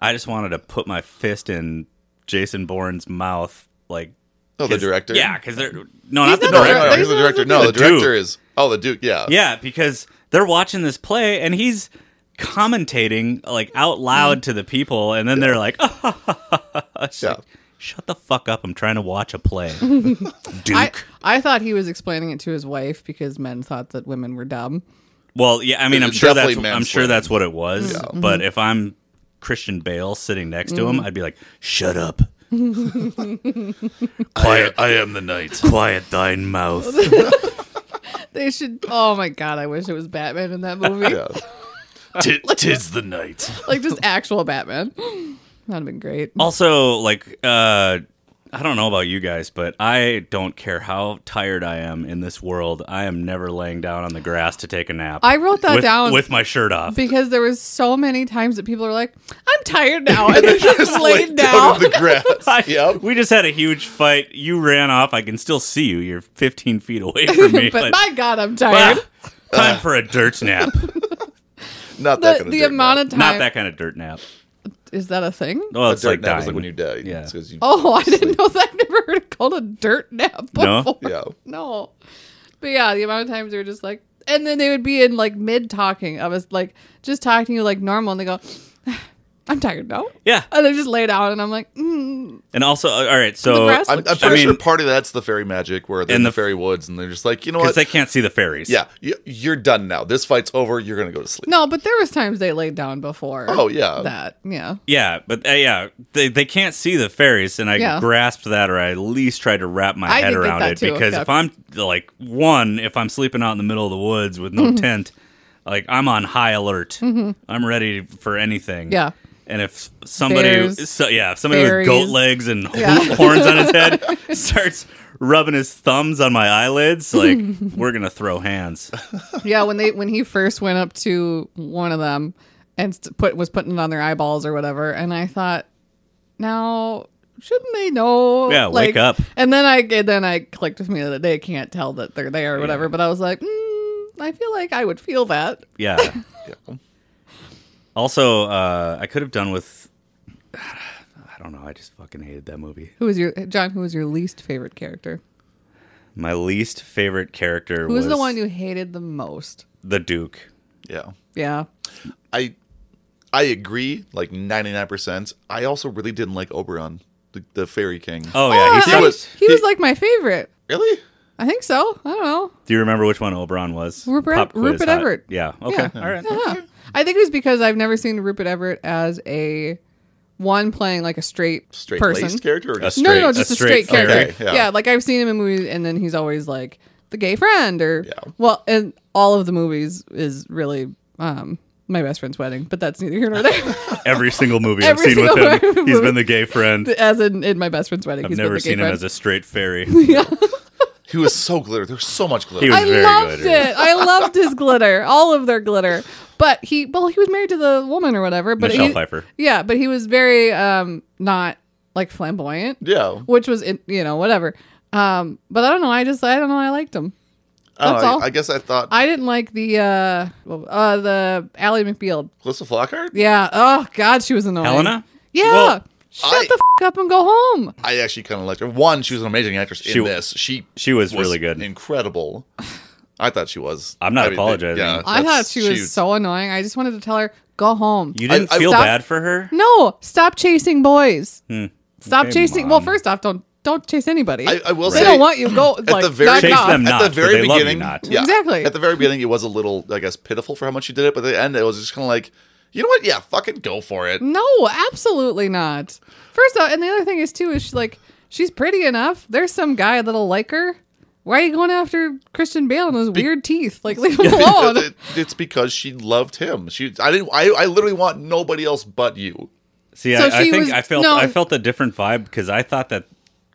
[SPEAKER 3] I just wanted to put my fist in Jason Bourne's mouth, like
[SPEAKER 1] oh the
[SPEAKER 3] 'cause-
[SPEAKER 1] director
[SPEAKER 3] Yeah, because they're no,
[SPEAKER 2] He's
[SPEAKER 3] not
[SPEAKER 2] not the
[SPEAKER 3] the
[SPEAKER 1] no,
[SPEAKER 3] director.
[SPEAKER 1] no, no,
[SPEAKER 2] director.
[SPEAKER 1] he's the director no the
[SPEAKER 3] The Duke.
[SPEAKER 1] director is oh the duke yeah
[SPEAKER 3] Yeah, because they're watching this play and he's commentating like out loud to the people, and then they're like, It's
[SPEAKER 1] Yeah.
[SPEAKER 3] like, "Shut the fuck up! I'm trying to watch a play." Duke.
[SPEAKER 2] I, I thought he was explaining it to his wife because men thought that women were dumb.
[SPEAKER 3] well, yeah, I mean,
[SPEAKER 1] It
[SPEAKER 3] I'm
[SPEAKER 1] was
[SPEAKER 3] sure that's
[SPEAKER 1] definitely
[SPEAKER 3] I'm sure
[SPEAKER 1] mansplaining.
[SPEAKER 3] that's what it was,
[SPEAKER 2] Mm-hmm.
[SPEAKER 3] but if I'm Christian Bale sitting next to
[SPEAKER 2] Mm.
[SPEAKER 3] him, I'd be like, "Shut up." quiet,
[SPEAKER 1] I am the knight
[SPEAKER 3] quiet thine mouth.
[SPEAKER 2] They should. Oh my god! I wish it was Batman in that movie,
[SPEAKER 1] yeah
[SPEAKER 3] Tis the night.
[SPEAKER 2] like just actual Batman. That'd have been great.
[SPEAKER 3] Also, like, uh, I don't know about you guys, but I don't care how tired I am in this world. I am never laying down on the grass to take a nap.
[SPEAKER 2] I wrote that
[SPEAKER 3] with,
[SPEAKER 2] down
[SPEAKER 3] with my shirt off.
[SPEAKER 2] because there was so many times that people are like, "I'm tired now," and they just
[SPEAKER 1] down
[SPEAKER 2] laid down.
[SPEAKER 1] in the grass
[SPEAKER 3] I-
[SPEAKER 1] yep
[SPEAKER 3] We just had a huge fight. You ran off. I can still see you. You're 15 feet away from me.
[SPEAKER 2] but my god, I'm
[SPEAKER 3] ah,
[SPEAKER 2] tired.
[SPEAKER 1] Ah.
[SPEAKER 3] time for a dirt nap.
[SPEAKER 1] not that
[SPEAKER 2] the
[SPEAKER 1] kind of
[SPEAKER 2] the
[SPEAKER 1] dirt,
[SPEAKER 2] amount
[SPEAKER 1] no.
[SPEAKER 2] of time
[SPEAKER 3] Not that kind of dirt nap.
[SPEAKER 2] is that a thing?
[SPEAKER 3] Oh,
[SPEAKER 1] A
[SPEAKER 3] it's like
[SPEAKER 1] dirt nap
[SPEAKER 3] dying.
[SPEAKER 1] is like when you die
[SPEAKER 3] Yeah.
[SPEAKER 1] It's 'cause you-
[SPEAKER 2] Oh, I didn't know that. I've never heard it called a dirt nap
[SPEAKER 3] No?
[SPEAKER 2] before.
[SPEAKER 1] yeah
[SPEAKER 2] No. But yeah, the amount of times they were just like, and then they would be in like mid talking. I was like, just talking to you like normal, and they go, I'm tired now.
[SPEAKER 3] Yeah.
[SPEAKER 2] And they just lay down, and I'm like, mm.
[SPEAKER 3] And also, uh, all right, so
[SPEAKER 2] grass
[SPEAKER 3] I
[SPEAKER 2] looks
[SPEAKER 1] I'm, I'm
[SPEAKER 2] I
[SPEAKER 1] pretty sure
[SPEAKER 3] mean-
[SPEAKER 1] part of that's the fairy magic where they're in
[SPEAKER 3] And
[SPEAKER 1] the,
[SPEAKER 3] the-
[SPEAKER 1] fairy woods and they're just like, you know
[SPEAKER 3] because
[SPEAKER 1] what?
[SPEAKER 3] they can't see the fairies.
[SPEAKER 1] yeah, you, you're done now. This fight's over. You're gonna go to sleep.
[SPEAKER 2] no. But there was times they laid down before.
[SPEAKER 1] Oh, yeah.
[SPEAKER 2] that yeah.
[SPEAKER 3] yeah, but uh, yeah, they, they can't see the fairies, and I
[SPEAKER 2] Yeah.
[SPEAKER 3] grasped that, or I at least tried to wrap my
[SPEAKER 2] I
[SPEAKER 3] head
[SPEAKER 2] did get
[SPEAKER 3] around
[SPEAKER 2] that
[SPEAKER 3] it
[SPEAKER 2] too,
[SPEAKER 3] because
[SPEAKER 2] yeah.
[SPEAKER 3] if I'm like one, if I'm sleeping out in the middle of the woods with
[SPEAKER 2] Mm-hmm.
[SPEAKER 3] no tent, like I'm on high alert, I'm ready for anything.
[SPEAKER 2] Yeah.
[SPEAKER 3] And if somebody,
[SPEAKER 2] Bears,
[SPEAKER 3] so, yeah, if somebody
[SPEAKER 2] fairies.
[SPEAKER 3] with goat legs and
[SPEAKER 2] Yeah.
[SPEAKER 3] horns on his head starts rubbing his thumbs on my eyelids, like we're gonna throw hands.
[SPEAKER 2] yeah when they when he first went up to one of them and st- put was putting it on their eyeballs or whatever and i thought now shouldn't they know
[SPEAKER 3] Yeah, wake up.
[SPEAKER 2] and then i and then i clicked with me that they can't tell that they're there or whatever but i was like mm, i feel like i would feel that
[SPEAKER 3] Yeah.
[SPEAKER 1] Yeah.
[SPEAKER 3] Also, uh, I could have done with. I don't know. I just fucking hated that movie.
[SPEAKER 2] who was your john who was your least favorite character
[SPEAKER 3] My least favorite character
[SPEAKER 2] who
[SPEAKER 3] was
[SPEAKER 2] was the one you hated the most
[SPEAKER 3] the Duke.
[SPEAKER 1] Yeah.
[SPEAKER 2] yeah
[SPEAKER 1] I I agree, like ninety nine percent. I also really didn't like Oberon, the, the fairy king.
[SPEAKER 3] Oh yeah, he
[SPEAKER 2] I-
[SPEAKER 3] sucked.
[SPEAKER 1] was-
[SPEAKER 2] he was
[SPEAKER 1] he-
[SPEAKER 2] like my favorite
[SPEAKER 1] really?
[SPEAKER 2] i think so i don't know
[SPEAKER 3] Do you remember which one Oberon was?
[SPEAKER 2] Rupert-
[SPEAKER 3] Pop quiz,
[SPEAKER 2] Rupert
[SPEAKER 3] huh?
[SPEAKER 2] Everett.
[SPEAKER 3] Yeah. Okay.
[SPEAKER 2] Yeah.
[SPEAKER 3] All right.
[SPEAKER 2] Yeah. I think it was because I've never seen Rupert Everett as a one playing like a straight
[SPEAKER 1] Straight
[SPEAKER 2] person.
[SPEAKER 1] laced character? Or
[SPEAKER 3] A
[SPEAKER 1] just,
[SPEAKER 2] no, no, no,
[SPEAKER 3] Straight-
[SPEAKER 2] just
[SPEAKER 3] a
[SPEAKER 2] a straight,
[SPEAKER 3] straight
[SPEAKER 2] character.
[SPEAKER 1] fairy.
[SPEAKER 2] yeah.
[SPEAKER 1] Okay, yeah.
[SPEAKER 2] like I've seen him in movies, and then he's always like the gay friend or
[SPEAKER 1] Yeah.
[SPEAKER 2] well, and all of the movies is really um my best friend's wedding, but that's neither here nor there.
[SPEAKER 3] Every single movie
[SPEAKER 2] Every
[SPEAKER 3] I've seen with
[SPEAKER 2] single
[SPEAKER 3] him,
[SPEAKER 2] movie.
[SPEAKER 3] he's been the gay friend.
[SPEAKER 2] as in in my best friend's wedding,
[SPEAKER 3] I've
[SPEAKER 2] he's
[SPEAKER 3] never
[SPEAKER 2] been the gay
[SPEAKER 3] seen him
[SPEAKER 2] friend.
[SPEAKER 3] as a straight fairy.
[SPEAKER 1] he was so glitter. There was so much glitter.
[SPEAKER 3] He was
[SPEAKER 2] I
[SPEAKER 3] very
[SPEAKER 2] loved
[SPEAKER 3] glittery.
[SPEAKER 2] it. I loved his glitter, all of their glitter. But he, well, he was married to the woman or whatever. But
[SPEAKER 3] Michelle
[SPEAKER 2] he-
[SPEAKER 3] Pfeiffer.
[SPEAKER 2] Yeah, but he was very um not like flamboyant,
[SPEAKER 1] yeah.
[SPEAKER 2] which was in, you know whatever. Um, but I don't know. I just I don't know. I liked him.
[SPEAKER 1] I, don't
[SPEAKER 2] that's
[SPEAKER 1] know, Oh, I-
[SPEAKER 2] all.
[SPEAKER 1] I, guess I thought
[SPEAKER 2] I didn't like the uh well, uh the Allie McBeal.
[SPEAKER 1] Calista Flockhart?
[SPEAKER 2] Yeah. Oh God, she was annoying.
[SPEAKER 3] Helena.
[SPEAKER 2] Yeah.
[SPEAKER 3] Well,
[SPEAKER 2] Shut
[SPEAKER 1] I-
[SPEAKER 2] the f- up and go home.
[SPEAKER 1] I actually kind of liked her. One, she was an amazing actress
[SPEAKER 3] She
[SPEAKER 1] in
[SPEAKER 3] w-
[SPEAKER 1] this. She
[SPEAKER 3] she was really good.
[SPEAKER 1] incredible. I thought she was.
[SPEAKER 3] I'm not
[SPEAKER 1] I mean,
[SPEAKER 3] apologizing.
[SPEAKER 2] I thought
[SPEAKER 1] that's-
[SPEAKER 2] she was so annoying. I just wanted to tell her go home.
[SPEAKER 3] You didn't
[SPEAKER 1] I- I-
[SPEAKER 3] feel
[SPEAKER 2] Stop-
[SPEAKER 3] bad for her.
[SPEAKER 2] No, stop chasing boys. Stop
[SPEAKER 3] Hmm. Okay,
[SPEAKER 2] chasing. Well,
[SPEAKER 3] Mom.
[SPEAKER 2] first off, don't don't chase anybody.
[SPEAKER 1] I, I will
[SPEAKER 2] they
[SPEAKER 1] say,
[SPEAKER 2] don't want you. Go like
[SPEAKER 1] the very-
[SPEAKER 2] knock
[SPEAKER 3] Chase
[SPEAKER 2] knock.
[SPEAKER 3] them
[SPEAKER 1] at
[SPEAKER 3] not,
[SPEAKER 1] the
[SPEAKER 3] for
[SPEAKER 1] very
[SPEAKER 3] they love you
[SPEAKER 1] beginning,
[SPEAKER 3] not.
[SPEAKER 1] yeah,
[SPEAKER 2] Exactly.
[SPEAKER 1] At the very beginning, it was a little, I guess, pitiful for how much she did it. But at the end, it was just kind of like, you know what? Yeah, fucking go for it.
[SPEAKER 2] No, absolutely not. First off, and the other thing is too is she's like she's pretty enough. There's some guy that'll like her. Why are you going after Christian Bale and those weird teeth? Like leave him alone.
[SPEAKER 1] It- it's because she loved him. She, I didn't. I, I literally want nobody else but you.
[SPEAKER 3] See,
[SPEAKER 2] So
[SPEAKER 3] I, I
[SPEAKER 2] she
[SPEAKER 3] think
[SPEAKER 2] was-
[SPEAKER 3] I felt
[SPEAKER 2] no.
[SPEAKER 3] I felt a different vibe because I thought that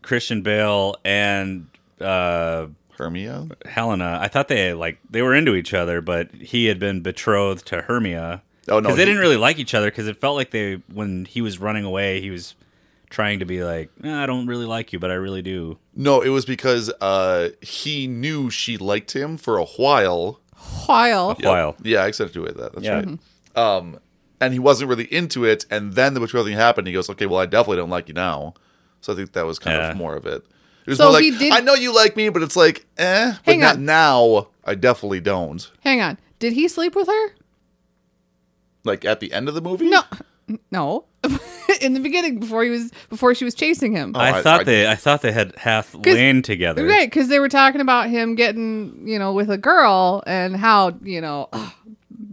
[SPEAKER 3] Christian Bale and uh,
[SPEAKER 1] Hermia.
[SPEAKER 3] Helena, I thought they like they were into each other, but he had been betrothed to Hermia.
[SPEAKER 1] Oh, no,
[SPEAKER 3] because they
[SPEAKER 1] he-
[SPEAKER 3] didn't really like each other. Because it felt like they when he was running away, he was trying to be like, "Eh, I don't really like you, but I really do.
[SPEAKER 1] No, it was because uh, he knew she liked him for a while.
[SPEAKER 2] While
[SPEAKER 3] While
[SPEAKER 1] Yeah, I accentuated that. That's
[SPEAKER 3] Yeah.
[SPEAKER 1] right. Um, and he wasn't really into it. And then the betrothed thing happened. He goes, "Okay, well, I definitely don't like you now." So I think that was kind
[SPEAKER 3] Yeah.
[SPEAKER 1] of more of it. It was
[SPEAKER 2] So
[SPEAKER 1] more like,
[SPEAKER 2] he did-
[SPEAKER 1] "I know you like me, but it's like, eh, but
[SPEAKER 2] Hang
[SPEAKER 1] not
[SPEAKER 2] on.
[SPEAKER 1] now. I definitely don't."
[SPEAKER 2] hang on. Did he sleep with her?
[SPEAKER 1] Like at the end of the movie.
[SPEAKER 2] No. No. In the beginning before he was before she was chasing him.
[SPEAKER 1] Oh,
[SPEAKER 3] I,
[SPEAKER 1] I-
[SPEAKER 3] thought
[SPEAKER 1] I-
[SPEAKER 3] they I thought they had half lane together.
[SPEAKER 2] Right, because they were talking about him getting, you know, with a girl and how, you know,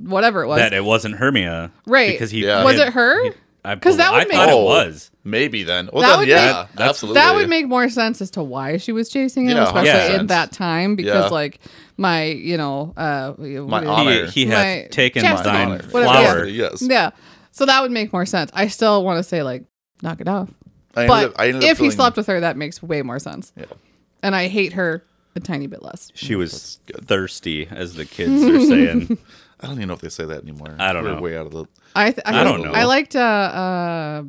[SPEAKER 2] whatever it was.
[SPEAKER 3] That it wasn't Hermia,
[SPEAKER 2] Right.
[SPEAKER 3] Because he
[SPEAKER 1] Yeah.
[SPEAKER 2] was
[SPEAKER 3] he-
[SPEAKER 2] it her?
[SPEAKER 3] I
[SPEAKER 2] 'Cause that
[SPEAKER 3] believe-
[SPEAKER 2] would
[SPEAKER 3] I thought
[SPEAKER 2] make-
[SPEAKER 1] Oh,
[SPEAKER 3] it was.
[SPEAKER 1] Maybe then. Well,
[SPEAKER 2] That
[SPEAKER 1] then,
[SPEAKER 2] would
[SPEAKER 1] yeah,
[SPEAKER 2] make-
[SPEAKER 3] That's-
[SPEAKER 1] absolutely.
[SPEAKER 2] That would make more sense as to why she was chasing him,
[SPEAKER 1] Yeah,
[SPEAKER 2] especially
[SPEAKER 3] 100%.
[SPEAKER 2] in that time, because
[SPEAKER 1] Yeah.
[SPEAKER 2] like my, you know, uh, what-
[SPEAKER 1] honor.
[SPEAKER 3] He, he hath
[SPEAKER 2] Right.
[SPEAKER 3] taken
[SPEAKER 2] Chastity.
[SPEAKER 3] thine
[SPEAKER 1] Honor.
[SPEAKER 2] Whatever, yeah.
[SPEAKER 3] flower.
[SPEAKER 1] Yes.
[SPEAKER 2] yeah. So that would make more sense. I still want to say like, knock it off.
[SPEAKER 1] I
[SPEAKER 2] But
[SPEAKER 1] ended up- I ended up
[SPEAKER 2] if he
[SPEAKER 1] feeling-
[SPEAKER 2] slept with her, that makes way more sense.
[SPEAKER 1] Yeah.
[SPEAKER 2] And I hate her a tiny bit less.
[SPEAKER 3] She was thirsty, as the kids are saying.
[SPEAKER 1] I don't even know if they say that anymore.
[SPEAKER 3] I don't
[SPEAKER 1] We're
[SPEAKER 3] know.
[SPEAKER 1] Way out of the.
[SPEAKER 2] I th- I,
[SPEAKER 3] I don't know.
[SPEAKER 2] I liked uh, uh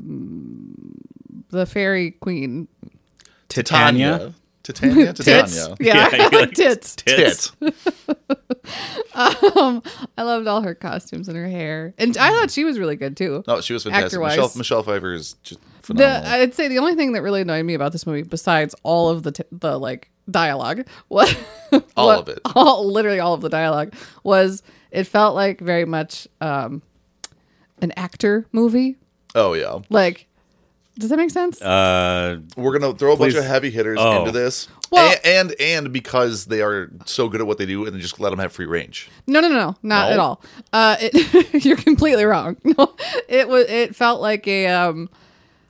[SPEAKER 2] the fairy queen.
[SPEAKER 1] Titania. Titania.
[SPEAKER 2] Tits.
[SPEAKER 1] Titania.
[SPEAKER 2] Yeah,
[SPEAKER 3] Yeah,
[SPEAKER 2] I
[SPEAKER 3] you
[SPEAKER 2] liked
[SPEAKER 3] liked
[SPEAKER 2] tits.
[SPEAKER 1] Tit.
[SPEAKER 2] I loved all her costumes and her hair, and I thought she was really good too.
[SPEAKER 1] No, she was fantastic.
[SPEAKER 2] Actor-wise.
[SPEAKER 1] Michelle, Michelle Pfeiffer is just
[SPEAKER 2] The,
[SPEAKER 1] phenomenal.
[SPEAKER 2] I'd say the only thing that really annoyed me about this movie, besides all of the t- the like dialogue, was
[SPEAKER 1] All
[SPEAKER 2] what-
[SPEAKER 1] of it.
[SPEAKER 2] all literally all of the dialogue was it felt like very much um, an actor movie.
[SPEAKER 1] Oh yeah,
[SPEAKER 2] Like, does that make sense?
[SPEAKER 3] Uh,
[SPEAKER 1] we're gonna throw a
[SPEAKER 3] Please.
[SPEAKER 1] bunch of heavy hitters
[SPEAKER 3] Oh.
[SPEAKER 1] into this,
[SPEAKER 2] Well-
[SPEAKER 1] A- and, and because they are so good at what they do, and just let them have free range.
[SPEAKER 2] No, no, no, not
[SPEAKER 1] No?
[SPEAKER 2] at all. Uh, it, you're completely wrong. No, it was. It felt like a um.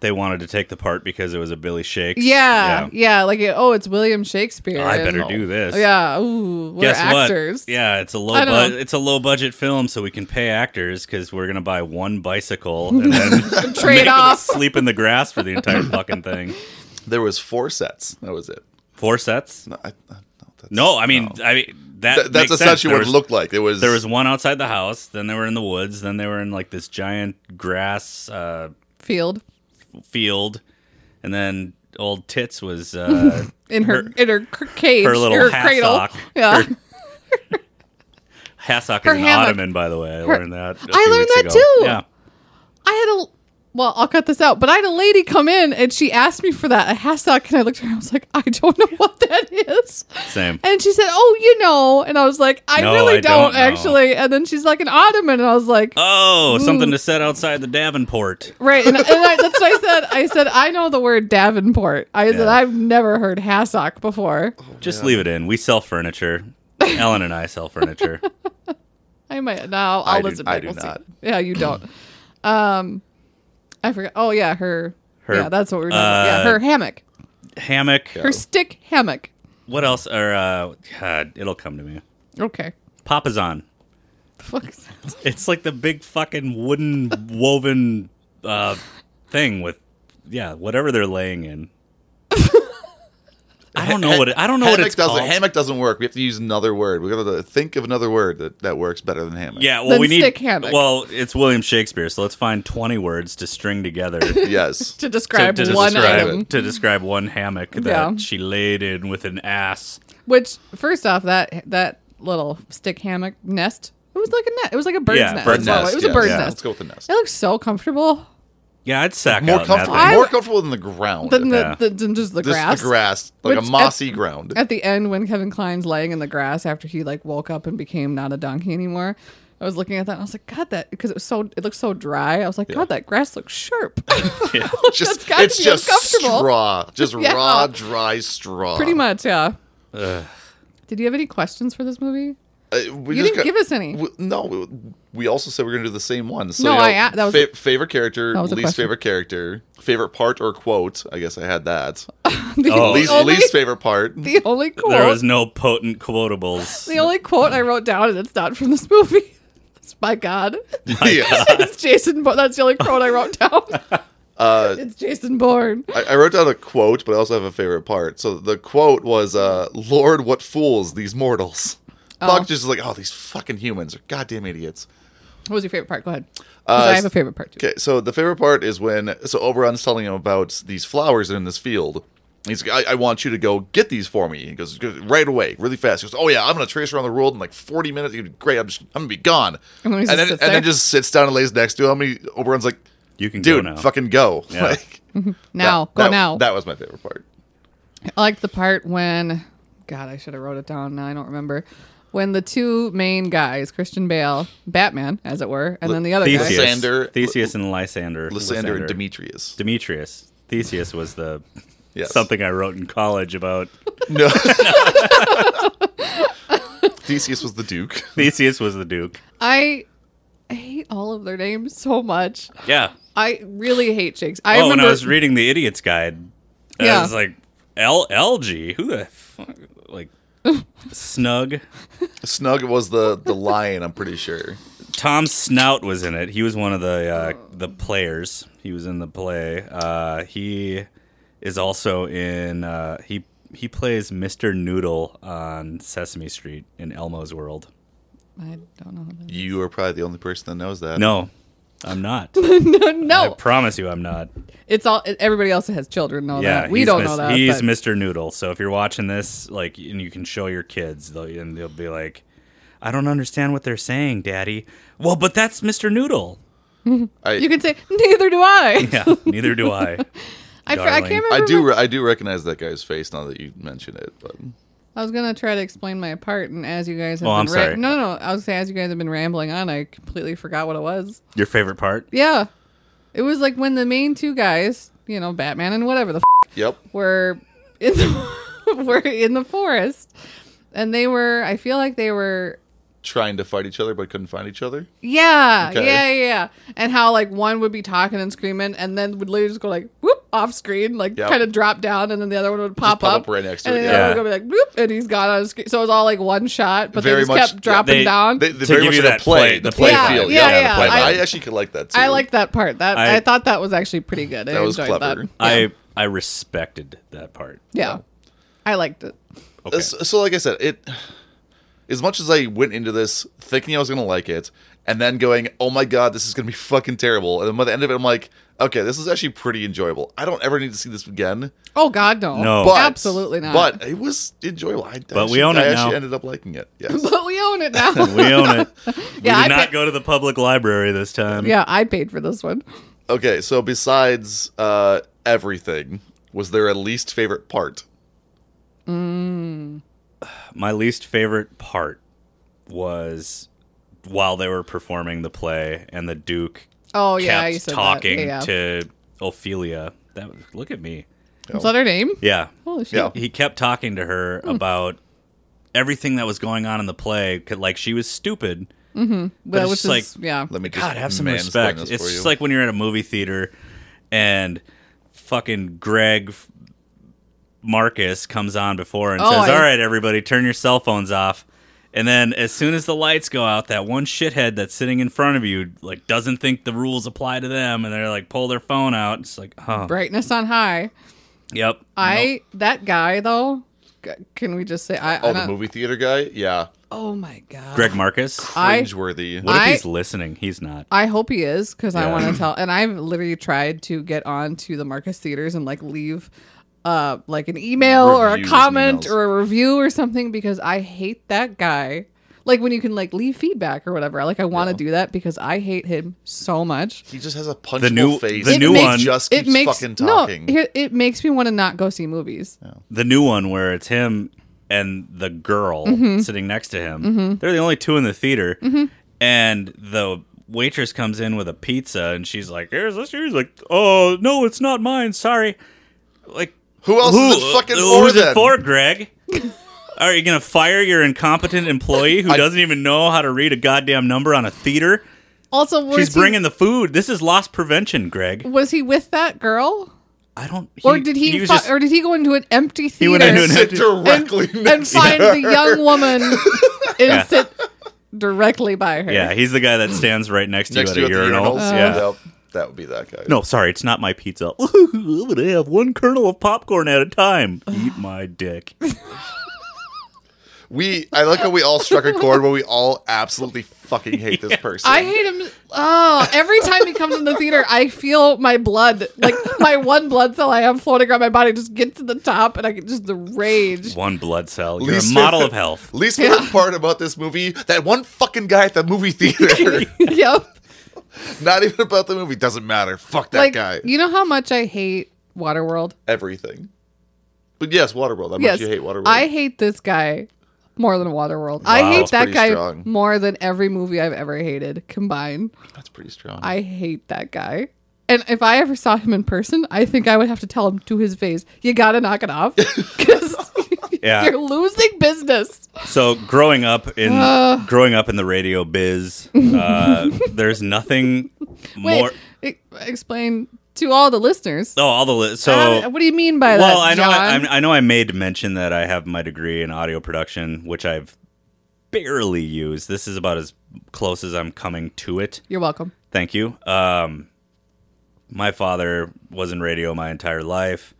[SPEAKER 3] they wanted to take the part because it was a Billy Shakes.
[SPEAKER 2] Yeah, yeah, like a, oh, it's William Shakespeare.
[SPEAKER 3] I
[SPEAKER 2] and-
[SPEAKER 3] better do this.
[SPEAKER 2] Yeah. Ooh, we're
[SPEAKER 3] Guess
[SPEAKER 2] actors.
[SPEAKER 3] what? Yeah, it's a low
[SPEAKER 2] I don't
[SPEAKER 3] budget.
[SPEAKER 2] know.
[SPEAKER 3] It's a low budget film, so we can pay actors because we're gonna buy one bicycle and then
[SPEAKER 2] Trade
[SPEAKER 3] make them
[SPEAKER 2] off.
[SPEAKER 3] sleep in the grass for the entire fucking thing.
[SPEAKER 1] There was four sets. That was it.
[SPEAKER 3] Four sets?
[SPEAKER 1] No, I, I, no, that's,
[SPEAKER 3] No, I mean, I mean that.
[SPEAKER 1] Th- that's
[SPEAKER 3] makes sense.
[SPEAKER 1] essentially
[SPEAKER 3] There
[SPEAKER 1] what it
[SPEAKER 3] was-
[SPEAKER 1] looked like. It was
[SPEAKER 3] There was one outside the house. Then they were in the woods. Then they were in like this giant grass uh,
[SPEAKER 2] Field
[SPEAKER 3] field, and then old tits was uh,
[SPEAKER 2] in her, in her c- cage,
[SPEAKER 3] her little
[SPEAKER 2] her
[SPEAKER 3] hassock.
[SPEAKER 2] cradle. Yeah.
[SPEAKER 3] Her- hassock
[SPEAKER 2] Her
[SPEAKER 3] is an
[SPEAKER 2] hammock.
[SPEAKER 3] ottoman, by the way. I learned that.
[SPEAKER 2] I
[SPEAKER 3] a few
[SPEAKER 2] learned
[SPEAKER 3] weeks
[SPEAKER 2] that
[SPEAKER 3] ago.
[SPEAKER 2] too.
[SPEAKER 3] Yeah.
[SPEAKER 2] I had a well, I'll cut this out, but I had a lady come in and she asked me for that a hashtag, and I looked at her and I was like, I don't know what that is.
[SPEAKER 3] Same.
[SPEAKER 2] And she said, Oh, you know. And I was like, I
[SPEAKER 3] No,
[SPEAKER 2] really
[SPEAKER 3] I
[SPEAKER 2] don't,
[SPEAKER 3] don't know."
[SPEAKER 2] actually. And then she's like, An ottoman. And I was like,
[SPEAKER 3] Oh, something to set outside the Davenport.
[SPEAKER 2] Right. And, and I, that's what I said. I said, I know the word Davenport. I said,
[SPEAKER 3] Yeah.
[SPEAKER 2] I've never heard hassock before.
[SPEAKER 3] Just leave it in. We sell furniture. Ellen and I sell furniture.
[SPEAKER 2] I might now. I'll
[SPEAKER 1] I do-
[SPEAKER 2] listen
[SPEAKER 1] I
[SPEAKER 2] back.
[SPEAKER 1] do
[SPEAKER 2] We'll see.
[SPEAKER 1] not.
[SPEAKER 2] Yeah, you don't. Um, I forgot. Oh yeah, her.
[SPEAKER 3] Her-
[SPEAKER 2] yeah, that's what we were talking about. Yeah,
[SPEAKER 3] uh,
[SPEAKER 2] her hammock.
[SPEAKER 3] Hammock.
[SPEAKER 2] Her stick hammock.
[SPEAKER 3] What else? Or uh, God, it'll come to me.
[SPEAKER 2] Okay.
[SPEAKER 3] Papa's on.
[SPEAKER 2] The fuck is that?
[SPEAKER 3] It's like the big fucking wooden woven uh, thing with yeah, whatever they're laying in. I don't know what it, I don't know
[SPEAKER 1] hammock
[SPEAKER 3] what it's
[SPEAKER 1] doesn't
[SPEAKER 3] called.
[SPEAKER 1] hammock doesn't work. We have to use another word. We got to think of another word that, that works better than hammock.
[SPEAKER 3] Yeah, well
[SPEAKER 2] Then
[SPEAKER 3] we need
[SPEAKER 2] stick hammock.
[SPEAKER 3] well it's William Shakespeare, so let's find twenty words to string together to,
[SPEAKER 1] Yes.
[SPEAKER 2] To describe
[SPEAKER 3] to
[SPEAKER 2] one
[SPEAKER 3] describe
[SPEAKER 2] item.
[SPEAKER 3] to describe one hammock that
[SPEAKER 2] Yeah.
[SPEAKER 3] she laid in with an ass.
[SPEAKER 2] Which, first off, that that little stick hammock nest. It was like a net. It was like a bird's
[SPEAKER 3] Yeah,
[SPEAKER 2] nest.
[SPEAKER 3] bird's
[SPEAKER 2] That's what It
[SPEAKER 1] nest,
[SPEAKER 2] was
[SPEAKER 1] yes.
[SPEAKER 2] a bird's
[SPEAKER 1] Yeah,
[SPEAKER 2] nest.
[SPEAKER 1] Let's go with the nest.
[SPEAKER 2] It looks so comfortable
[SPEAKER 3] Yeah, I'd sack
[SPEAKER 1] More
[SPEAKER 3] out in that
[SPEAKER 1] comfortable.
[SPEAKER 3] thing.
[SPEAKER 2] I-
[SPEAKER 1] More comfortable than the ground.
[SPEAKER 2] than the,
[SPEAKER 3] Yeah.
[SPEAKER 2] the than just the
[SPEAKER 1] This
[SPEAKER 2] grass.
[SPEAKER 1] is the grass, like
[SPEAKER 2] Which
[SPEAKER 1] a
[SPEAKER 2] at-
[SPEAKER 1] mossy ground.
[SPEAKER 2] At the end, when Kevin Kline's laying in the grass after he like woke up and became not a donkey anymore, I was looking at that and I was like, God, that because it was so it looked so dry. I was like, God, that grass looks sharp. That's
[SPEAKER 1] just
[SPEAKER 2] gotta
[SPEAKER 1] it's
[SPEAKER 2] be
[SPEAKER 1] just
[SPEAKER 2] uncomfortable.
[SPEAKER 1] straw, just
[SPEAKER 2] Yeah.
[SPEAKER 1] raw, dry straw.
[SPEAKER 2] Pretty much, yeah.
[SPEAKER 3] Ugh.
[SPEAKER 2] Did you have any questions for this movie?
[SPEAKER 1] Uh, we
[SPEAKER 2] You
[SPEAKER 1] just
[SPEAKER 2] didn't give us any.
[SPEAKER 1] we- no, we, we also said we are gonna do the same one. So,
[SPEAKER 2] No,
[SPEAKER 1] you know,
[SPEAKER 2] I a- that was-
[SPEAKER 1] fa- favorite character,
[SPEAKER 2] That was a
[SPEAKER 1] least
[SPEAKER 2] question.
[SPEAKER 1] favorite character, favorite part or quote. I guess I had that.
[SPEAKER 2] The
[SPEAKER 3] Oh.
[SPEAKER 1] least
[SPEAKER 2] only,
[SPEAKER 1] least favorite part.
[SPEAKER 2] the only quote.
[SPEAKER 3] There was no potent quotables.
[SPEAKER 2] the only quote I wrote down, and it's not from this movie. It's my God.
[SPEAKER 1] Yes.
[SPEAKER 2] it's Jason. Bo- that's the only quote I wrote down.
[SPEAKER 1] Uh,
[SPEAKER 2] it's Jason Bourne.
[SPEAKER 1] I, I wrote down a quote, but I also have a favorite part. So the quote was, uh, "Lord, what fools these mortals." Buck just is like, "Oh, these fucking humans are goddamn idiots."
[SPEAKER 2] What was your favorite part? Go ahead. 'Cause I have a favorite part too.
[SPEAKER 1] uh, Okay, so the favorite part is when so Oberon's telling him about these flowers in this field. He's like, I, I want you to go get these for me. He goes "Go- right away, really fast. He goes, oh yeah, I'm gonna trace around the world in like 40 minutes. He goes, Great, I'm, just, I'm gonna be gone.
[SPEAKER 2] And
[SPEAKER 1] And,
[SPEAKER 2] then he
[SPEAKER 1] then, and
[SPEAKER 2] just sits there?
[SPEAKER 1] then just sits down and lays next to him. He, Oberon's like,
[SPEAKER 3] You can
[SPEAKER 1] dude,
[SPEAKER 3] go now.
[SPEAKER 1] fucking go.
[SPEAKER 3] Yeah.
[SPEAKER 1] Like,
[SPEAKER 2] Now,
[SPEAKER 1] that-
[SPEAKER 2] go
[SPEAKER 1] that-
[SPEAKER 2] now.
[SPEAKER 1] That was my favorite part.
[SPEAKER 2] I like the part when, God, I should have wrote it down. Now I don't remember. When the two main guys, Christian Bale, Batman, as it were, and then the other guy.
[SPEAKER 3] Theseus,
[SPEAKER 1] Lysander-
[SPEAKER 3] Theseus and Lysander,
[SPEAKER 1] Lysander and Demetrius.
[SPEAKER 3] Demetrius. Theseus was the
[SPEAKER 1] Yes.
[SPEAKER 3] something I wrote in college about.
[SPEAKER 1] No. Theseus was the duke.
[SPEAKER 3] Theseus was the Duke.
[SPEAKER 2] I hate all of their names so much.
[SPEAKER 3] Yeah.
[SPEAKER 2] I really hate Shakespeare. I
[SPEAKER 3] oh,
[SPEAKER 2] remember
[SPEAKER 3] when I was reading the Idiot's Guide, I
[SPEAKER 2] Yeah.
[SPEAKER 3] was like, L LG, who the fuck, like, Snug.
[SPEAKER 1] Snug was the the lion. I'm pretty sure.
[SPEAKER 3] Tom Snout was in it. He was one of the uh, the players. He was in the play. Uh, he is also in. Uh, he he plays Mr. Noodle on Sesame Street in Elmo's World.
[SPEAKER 2] I don't know. Who that
[SPEAKER 1] You are probably the only person that knows that.
[SPEAKER 3] No, I'm not.
[SPEAKER 2] is.
[SPEAKER 3] I
[SPEAKER 2] no,
[SPEAKER 3] promise you, I'm not.
[SPEAKER 2] it's all. Everybody else that has children know
[SPEAKER 3] Yeah,
[SPEAKER 2] that. We
[SPEAKER 3] he's
[SPEAKER 2] don't
[SPEAKER 3] mis-
[SPEAKER 2] know that.
[SPEAKER 3] He's
[SPEAKER 2] but-
[SPEAKER 3] Mr. Noodle. So if you're watching this, like, and you can show your kids, they'll, and they'll be like, "I don't understand what they're saying, Daddy." Well, but that's Mr. Noodle.
[SPEAKER 1] I,
[SPEAKER 2] you can say neither do I.
[SPEAKER 3] Yeah, neither do
[SPEAKER 2] I,
[SPEAKER 3] I.
[SPEAKER 2] fr- I
[SPEAKER 3] darling.
[SPEAKER 2] can't remember.
[SPEAKER 1] I do.
[SPEAKER 2] my-
[SPEAKER 1] Re- I do recognize that guy's face now that you mention it. But
[SPEAKER 2] I was gonna try to explain my part, and as you guys have
[SPEAKER 3] Oh,
[SPEAKER 2] been
[SPEAKER 3] I'm
[SPEAKER 2] ra-
[SPEAKER 3] sorry.
[SPEAKER 2] no, no, no. I was saying as you guys have been rambling on, I completely forgot what it was.
[SPEAKER 3] Your favorite part?
[SPEAKER 2] Yeah, It was like when the main two guys, you know, Batman and whatever the
[SPEAKER 1] Yep.
[SPEAKER 2] were in the, were in the forest and they were I feel like they were
[SPEAKER 1] Trying to fight each other but couldn't find each other.
[SPEAKER 2] yeah,
[SPEAKER 1] Okay.
[SPEAKER 2] yeah, yeah, yeah. And how like one would be talking and screaming and then would literally just go like whoop off screen, like
[SPEAKER 1] Yep.
[SPEAKER 2] kind of drop down and then the other one would pop,
[SPEAKER 1] pop
[SPEAKER 2] up,
[SPEAKER 1] up right next to
[SPEAKER 2] and
[SPEAKER 1] it,
[SPEAKER 2] then the other
[SPEAKER 3] yeah.
[SPEAKER 2] one would be like whoop and he's gone on screen. So it was all like one shot, but
[SPEAKER 1] Very
[SPEAKER 2] they just
[SPEAKER 1] much-
[SPEAKER 2] kept dropping
[SPEAKER 3] They-
[SPEAKER 2] down.
[SPEAKER 1] They, they
[SPEAKER 3] To
[SPEAKER 1] very
[SPEAKER 3] give
[SPEAKER 1] much
[SPEAKER 3] you
[SPEAKER 1] had a
[SPEAKER 3] that
[SPEAKER 1] play,
[SPEAKER 3] play-
[SPEAKER 1] the
[SPEAKER 3] the
[SPEAKER 1] play
[SPEAKER 2] Yeah,
[SPEAKER 1] field.
[SPEAKER 2] yeah,
[SPEAKER 1] the
[SPEAKER 2] yeah.
[SPEAKER 1] play
[SPEAKER 2] I-
[SPEAKER 1] I, actually could like that too.
[SPEAKER 2] I liked that part. That I,
[SPEAKER 3] I-
[SPEAKER 2] thought that was actually pretty good. I
[SPEAKER 1] That was
[SPEAKER 2] enjoyed
[SPEAKER 1] clever.
[SPEAKER 2] that.
[SPEAKER 3] I I respected that part.
[SPEAKER 2] Yeah. I liked it.
[SPEAKER 3] Okay.
[SPEAKER 1] Uh, So, so like I said, it as much as I went into this thinking I was gonna like it, and then going, "Oh my god, this is gonna be fucking terrible," and then by the end of it, I'm like, "Okay, this is actually pretty enjoyable. I don't ever need to see this again."
[SPEAKER 2] Oh God, no.
[SPEAKER 3] No.
[SPEAKER 1] But
[SPEAKER 2] Absolutely not.
[SPEAKER 1] But it was enjoyable. I,
[SPEAKER 3] But
[SPEAKER 1] actually-
[SPEAKER 3] we own
[SPEAKER 1] I
[SPEAKER 3] it
[SPEAKER 1] actually
[SPEAKER 3] now.
[SPEAKER 1] ended up liking it. Yes.
[SPEAKER 2] But we own it now.
[SPEAKER 3] We own it. We
[SPEAKER 2] Yeah, I
[SPEAKER 3] did not
[SPEAKER 2] pick-
[SPEAKER 3] go to the public library this time.
[SPEAKER 2] yeah, I paid for this one.
[SPEAKER 1] okay. So besides uh, everything, was there a least favorite part?
[SPEAKER 3] My least favorite part was while they were performing the play and the Duke
[SPEAKER 2] Oh yeah, you
[SPEAKER 3] kept
[SPEAKER 2] said
[SPEAKER 3] talking
[SPEAKER 2] that. Yeah.
[SPEAKER 3] to Ophelia. That was, look at me.
[SPEAKER 2] Is that her name?
[SPEAKER 3] Yeah.
[SPEAKER 2] Holy shit. Hmm.
[SPEAKER 1] Yeah.
[SPEAKER 3] He kept talking to her about everything that was going on in the play. 'cause, Like she was stupid.
[SPEAKER 2] But
[SPEAKER 3] it's
[SPEAKER 2] which is
[SPEAKER 3] just like-
[SPEAKER 2] yeah.
[SPEAKER 1] Let me just
[SPEAKER 3] God, have some
[SPEAKER 1] mansplain
[SPEAKER 3] respect.
[SPEAKER 1] this
[SPEAKER 3] It's
[SPEAKER 1] for
[SPEAKER 3] just
[SPEAKER 1] you.
[SPEAKER 3] like when you're at a movie theater and fucking Greg F- Marcus comes on before and
[SPEAKER 2] Oh,
[SPEAKER 3] says,
[SPEAKER 2] I-
[SPEAKER 3] All right, everybody, turn your cell phones off. And then as soon as the lights go out, that one shithead that's sitting in front of you like doesn't think the rules apply to them and they're like pull their phone out. It's like, huh.
[SPEAKER 2] Brightness on high.
[SPEAKER 3] Yep.
[SPEAKER 2] I that guy though. g- Can we just say I? I
[SPEAKER 1] Oh, the
[SPEAKER 2] don't-
[SPEAKER 1] movie theater guy. Yeah,
[SPEAKER 2] Oh my god.
[SPEAKER 3] Greg Marcus.
[SPEAKER 2] I
[SPEAKER 1] cringeworthy.
[SPEAKER 3] What if
[SPEAKER 2] I-
[SPEAKER 3] he's listening? He's not.
[SPEAKER 2] I hope he is because I
[SPEAKER 3] Yeah.
[SPEAKER 2] want to tell. And I've literally tried to get on to the Marcus Theaters and like leave, uh, like an email or a
[SPEAKER 1] Reviews and
[SPEAKER 2] comment
[SPEAKER 1] emails.
[SPEAKER 2] or a review or something because I hate that guy. Like when you can like leave feedback or whatever. Like I want to do that because I hate him so much.
[SPEAKER 1] He just has a punchable
[SPEAKER 3] The new-
[SPEAKER 1] face.
[SPEAKER 3] the
[SPEAKER 1] He
[SPEAKER 3] new one-
[SPEAKER 1] just keeps fucking talking.
[SPEAKER 2] no. here- It makes me want to not go see movies.
[SPEAKER 3] the new one where it's him and the girl
[SPEAKER 2] Mm-hmm.
[SPEAKER 3] sitting next to him. They're the only two in the theater, and the waitress comes in with a pizza, and she's like, "Here's this." She's like, "Oh no, it's not mine. Sorry." Like
[SPEAKER 1] Who else is it fucking for?
[SPEAKER 3] Who's
[SPEAKER 1] then?
[SPEAKER 3] it for, Greg? Are you gonna fire your incompetent employee who
[SPEAKER 1] I-
[SPEAKER 3] doesn't even know how to read a goddamn number on a theater?
[SPEAKER 2] Also, was
[SPEAKER 3] She's
[SPEAKER 2] he,
[SPEAKER 3] bringing the food. This is loss prevention, Greg.
[SPEAKER 2] Was he with that girl,
[SPEAKER 3] I don't. He,
[SPEAKER 2] or did he,
[SPEAKER 3] was
[SPEAKER 2] fi-
[SPEAKER 3] just-
[SPEAKER 2] or did he go into an empty theater?
[SPEAKER 3] went into an
[SPEAKER 1] Sit directly
[SPEAKER 2] and
[SPEAKER 1] next to
[SPEAKER 2] find
[SPEAKER 1] her.
[SPEAKER 2] the young woman and sit directly by her.
[SPEAKER 3] yeah, he's the guy that stands right next to
[SPEAKER 1] next to
[SPEAKER 3] you
[SPEAKER 1] you
[SPEAKER 3] at
[SPEAKER 1] at
[SPEAKER 3] a
[SPEAKER 1] the
[SPEAKER 3] urinal.
[SPEAKER 1] urinals.
[SPEAKER 2] Oh.
[SPEAKER 3] yeah.
[SPEAKER 1] Yep. that would be that guy.
[SPEAKER 3] No, sorry, it's not my pizza. I'm gonna have one kernel of popcorn at a time. Eat my dick.
[SPEAKER 1] we. I like how we all struck a chord where we all absolutely fucking hate this person.
[SPEAKER 2] I hate him. Oh, every time he comes in the theater, I feel my blood, like my one blood cell I have floating around my body, just get to the top, and I get just the rage.
[SPEAKER 3] One blood cell. You're
[SPEAKER 1] Least
[SPEAKER 3] a model
[SPEAKER 1] favorite-
[SPEAKER 3] of health.
[SPEAKER 1] Least favorite part about this movie: that one fucking guy at the movie theater.
[SPEAKER 2] yep.
[SPEAKER 1] Not even about the movie. Doesn't matter. Fuck that
[SPEAKER 2] like
[SPEAKER 1] guy.
[SPEAKER 2] you know how much I hate Waterworld.
[SPEAKER 1] Everything. But yes, Waterworld. I
[SPEAKER 2] yes,
[SPEAKER 1] much you hate Waterworld.
[SPEAKER 2] I hate this guy more than Waterworld. I
[SPEAKER 3] Wow.
[SPEAKER 2] hate
[SPEAKER 3] That's
[SPEAKER 2] that
[SPEAKER 1] pretty
[SPEAKER 2] guy
[SPEAKER 1] strong.
[SPEAKER 2] more than every movie I've ever hated combined.
[SPEAKER 1] That's pretty strong.
[SPEAKER 2] I hate that guy. And if I ever saw him in person, I think I would have to tell him to his face, you gotta knock it off. Because
[SPEAKER 3] Yeah.
[SPEAKER 2] you're losing business.
[SPEAKER 3] So growing up in
[SPEAKER 2] Uh.
[SPEAKER 3] growing up in the radio biz, uh, there's nothing
[SPEAKER 2] Wait,
[SPEAKER 3] more.
[SPEAKER 2] e- explain to all the listeners.
[SPEAKER 3] Oh, all the li- so.
[SPEAKER 2] Uh, what do you mean by that?
[SPEAKER 3] well, I know I,
[SPEAKER 2] John?
[SPEAKER 3] I'm- I know I made mention that I have my degree in audio production, which I've barely used. This is about as close as I'm coming to it.
[SPEAKER 2] You're welcome.
[SPEAKER 3] Thank you. Um, my father was in radio my entire life,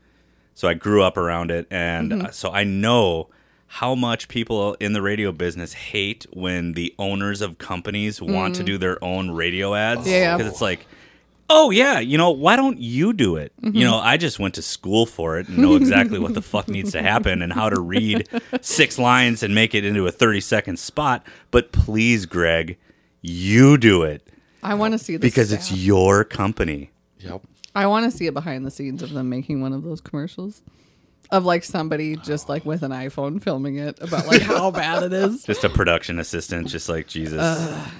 [SPEAKER 3] so I grew up around it, and uh, so I know how much people in the radio business hate when the owners of companies want to do their own radio ads.
[SPEAKER 2] Yeah.
[SPEAKER 3] because it's like. Oh yeah, you know why don't you do it? You know I just went to school for it and know exactly what the fuck needs to happen and how to read six lines and make it into a thirty second spot. But please, Greg, you do it
[SPEAKER 2] I want to see this
[SPEAKER 3] because it's
[SPEAKER 2] staff.
[SPEAKER 3] your company.
[SPEAKER 1] yep.
[SPEAKER 2] I want to see it behind the scenes of them making one of those commercials. of like somebody just like with an iPhone filming it about like how bad it is.
[SPEAKER 3] Just a production assistant, just like Jesus.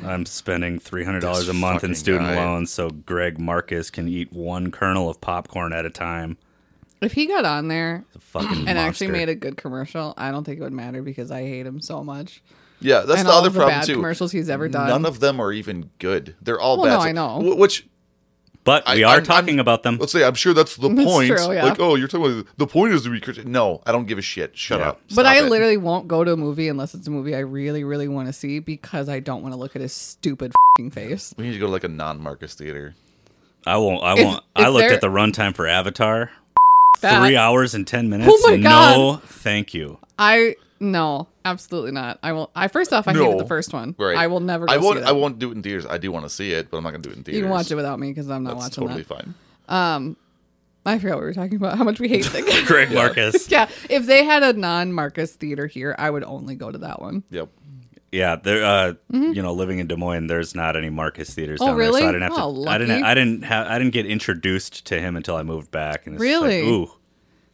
[SPEAKER 3] I'm spending three hundred dollars a
[SPEAKER 1] This
[SPEAKER 3] month in
[SPEAKER 1] fucking
[SPEAKER 3] student
[SPEAKER 1] guy.
[SPEAKER 3] loans, so Greg Marcus can eat one kernel of popcorn at a time.
[SPEAKER 2] If he got on there
[SPEAKER 3] The fucking
[SPEAKER 2] and actually
[SPEAKER 3] monster.
[SPEAKER 2] made a good commercial, I don't think it would matter because I hate him so much.
[SPEAKER 1] Yeah, that's
[SPEAKER 2] and
[SPEAKER 1] the
[SPEAKER 2] all
[SPEAKER 1] other
[SPEAKER 2] of the
[SPEAKER 1] problem
[SPEAKER 2] bad
[SPEAKER 1] too.
[SPEAKER 2] commercials he's ever done.
[SPEAKER 1] None of them are even good. They're all
[SPEAKER 2] Well,
[SPEAKER 1] bad.
[SPEAKER 2] no,
[SPEAKER 1] So-
[SPEAKER 2] I know.
[SPEAKER 1] wh- Which
[SPEAKER 3] But
[SPEAKER 1] I-
[SPEAKER 3] we are
[SPEAKER 1] I'm-
[SPEAKER 3] talking
[SPEAKER 1] I'm-
[SPEAKER 3] about them.
[SPEAKER 1] let's say I'm sure that's the
[SPEAKER 2] That's
[SPEAKER 1] point.
[SPEAKER 2] true, yeah.
[SPEAKER 1] Like, oh, you're talking about the point is to be critical. No, I don't give a shit. Shut
[SPEAKER 3] Yeah.
[SPEAKER 1] up.
[SPEAKER 2] but
[SPEAKER 1] Stop
[SPEAKER 2] I
[SPEAKER 1] it.
[SPEAKER 2] literally won't go to a movie unless it's a movie I really, really want to see because I don't want to look at his stupid fing face.
[SPEAKER 1] we need to go to like a non-Marcus theater.
[SPEAKER 3] I won't. I
[SPEAKER 2] If-
[SPEAKER 3] won't. I
[SPEAKER 2] if
[SPEAKER 3] looked
[SPEAKER 2] there-
[SPEAKER 3] at the runtime for Avatar. Three
[SPEAKER 2] That- Oh
[SPEAKER 3] hours and ten minutes.
[SPEAKER 2] my
[SPEAKER 3] No,
[SPEAKER 2] God.
[SPEAKER 3] thank you.
[SPEAKER 2] I no, absolutely not. I will. I first off, I
[SPEAKER 1] No.
[SPEAKER 2] hated the first one.
[SPEAKER 1] Right.
[SPEAKER 2] I will never. Go
[SPEAKER 1] I won't.
[SPEAKER 2] See that.
[SPEAKER 1] I won't do it in theaters. I do want to see it, but I'm not gonna do it in theaters.
[SPEAKER 2] You can watch it without me because I'm not
[SPEAKER 1] That's
[SPEAKER 2] watching
[SPEAKER 1] totally
[SPEAKER 2] that.
[SPEAKER 1] fine.
[SPEAKER 2] I forgot what we were talking about. How much we hate things.
[SPEAKER 3] Greg Marcus.
[SPEAKER 2] yeah. If they had a non-Marcus theater here, I would only go to that one.
[SPEAKER 1] Yep.
[SPEAKER 3] Yeah, there. Uh, You know, living in Des Moines, there's not any Marcus theaters
[SPEAKER 2] Mm-hmm. Oh,
[SPEAKER 3] down there, so I
[SPEAKER 2] really?
[SPEAKER 3] didn't have
[SPEAKER 2] Oh,
[SPEAKER 3] to.
[SPEAKER 2] lucky.
[SPEAKER 3] I didn't. I didn't have. I didn't get introduced to him until I moved back. And it's just like,
[SPEAKER 2] Really?
[SPEAKER 3] ooh,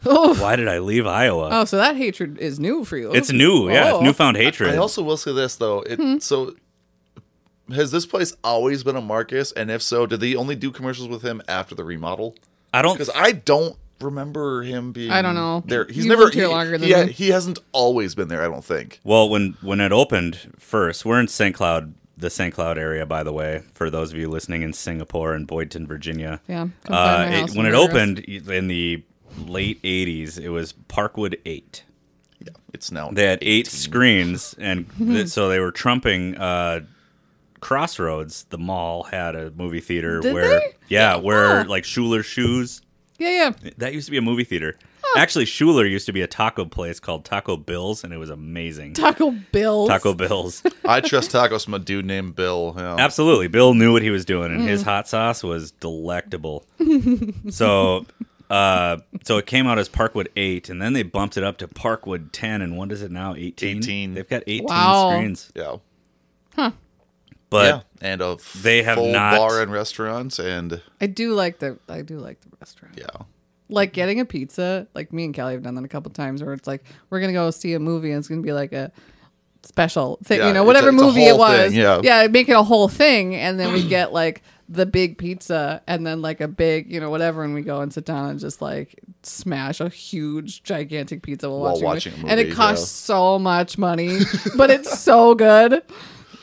[SPEAKER 2] Oh,
[SPEAKER 3] why did I leave Iowa?
[SPEAKER 2] oh, so that hatred is new for you.
[SPEAKER 3] It's new, yeah.
[SPEAKER 2] Oh.
[SPEAKER 3] It's newfound hatred.
[SPEAKER 1] I also will say this though. It
[SPEAKER 2] Hmm.
[SPEAKER 1] so has this place always been a Marcus, and if so, did they only do commercials with him after the remodel?
[SPEAKER 3] I don't.
[SPEAKER 1] Because I don't remember him being.
[SPEAKER 2] I don't know.
[SPEAKER 1] There, he's
[SPEAKER 2] You've
[SPEAKER 1] never
[SPEAKER 2] lived here
[SPEAKER 1] he-
[SPEAKER 2] longer than
[SPEAKER 1] he, ha-
[SPEAKER 2] me.
[SPEAKER 1] he hasn't always been there. I don't think.
[SPEAKER 3] Well, when when it opened first, we're in St. Cloud, the St. Cloud area, by the way. For those of you listening in Singapore and Boydton, Virginia.
[SPEAKER 2] Yeah, come find
[SPEAKER 3] Uh,
[SPEAKER 2] my
[SPEAKER 3] it-
[SPEAKER 2] house
[SPEAKER 3] when
[SPEAKER 2] and
[SPEAKER 3] it
[SPEAKER 2] murder us.
[SPEAKER 3] opened in the late '80s, it was Parkwood Eight.
[SPEAKER 1] Yeah, it's now.
[SPEAKER 3] They had eight screens, and th- so they were trumping uh, Crossroads. The mall had a movie theater
[SPEAKER 2] Did
[SPEAKER 3] where,
[SPEAKER 2] they?
[SPEAKER 3] yeah, where
[SPEAKER 2] Huh.
[SPEAKER 3] like Schuler shoes.
[SPEAKER 2] Yeah, yeah.
[SPEAKER 3] That used to be a movie theater. Actually, Schuler used to be a taco place called Taco Bill's, and it was amazing.
[SPEAKER 2] Taco Bill.
[SPEAKER 3] Taco Bill's.
[SPEAKER 1] I trust tacos from a dude named Bill. Yeah.
[SPEAKER 3] Absolutely. Bill knew what he was doing, and
[SPEAKER 2] Mm.
[SPEAKER 3] his hot sauce was delectable. so, uh, so it came out as Parkwood 8, and then they bumped it up to Parkwood 10, and what is it now? 18?
[SPEAKER 1] 18.
[SPEAKER 3] They've got 18
[SPEAKER 2] Wow.
[SPEAKER 3] screens.
[SPEAKER 1] Yeah.
[SPEAKER 3] But
[SPEAKER 1] yeah. And a f-
[SPEAKER 3] they have
[SPEAKER 1] full
[SPEAKER 3] not-
[SPEAKER 1] bar and restaurants and
[SPEAKER 2] I do like the. I do like the restaurant.
[SPEAKER 1] yeah.
[SPEAKER 2] like getting a pizza like me and kelly have done that a couple times where it's like we're gonna go see a movie and it's gonna be like a special thing
[SPEAKER 1] Yeah,
[SPEAKER 2] you know
[SPEAKER 1] it's
[SPEAKER 2] whatever
[SPEAKER 1] a- it's a
[SPEAKER 2] movie it
[SPEAKER 1] whole
[SPEAKER 2] was
[SPEAKER 1] thing, yeah.
[SPEAKER 2] make it a whole thing and then we get like the big pizza and then like a big you know whatever and we go and sit down and just like smash a huge gigantic pizza while,
[SPEAKER 1] While
[SPEAKER 2] watching, it.
[SPEAKER 1] watching a
[SPEAKER 2] and it
[SPEAKER 1] movie,
[SPEAKER 2] costs
[SPEAKER 1] yeah.
[SPEAKER 2] so much money but it's so good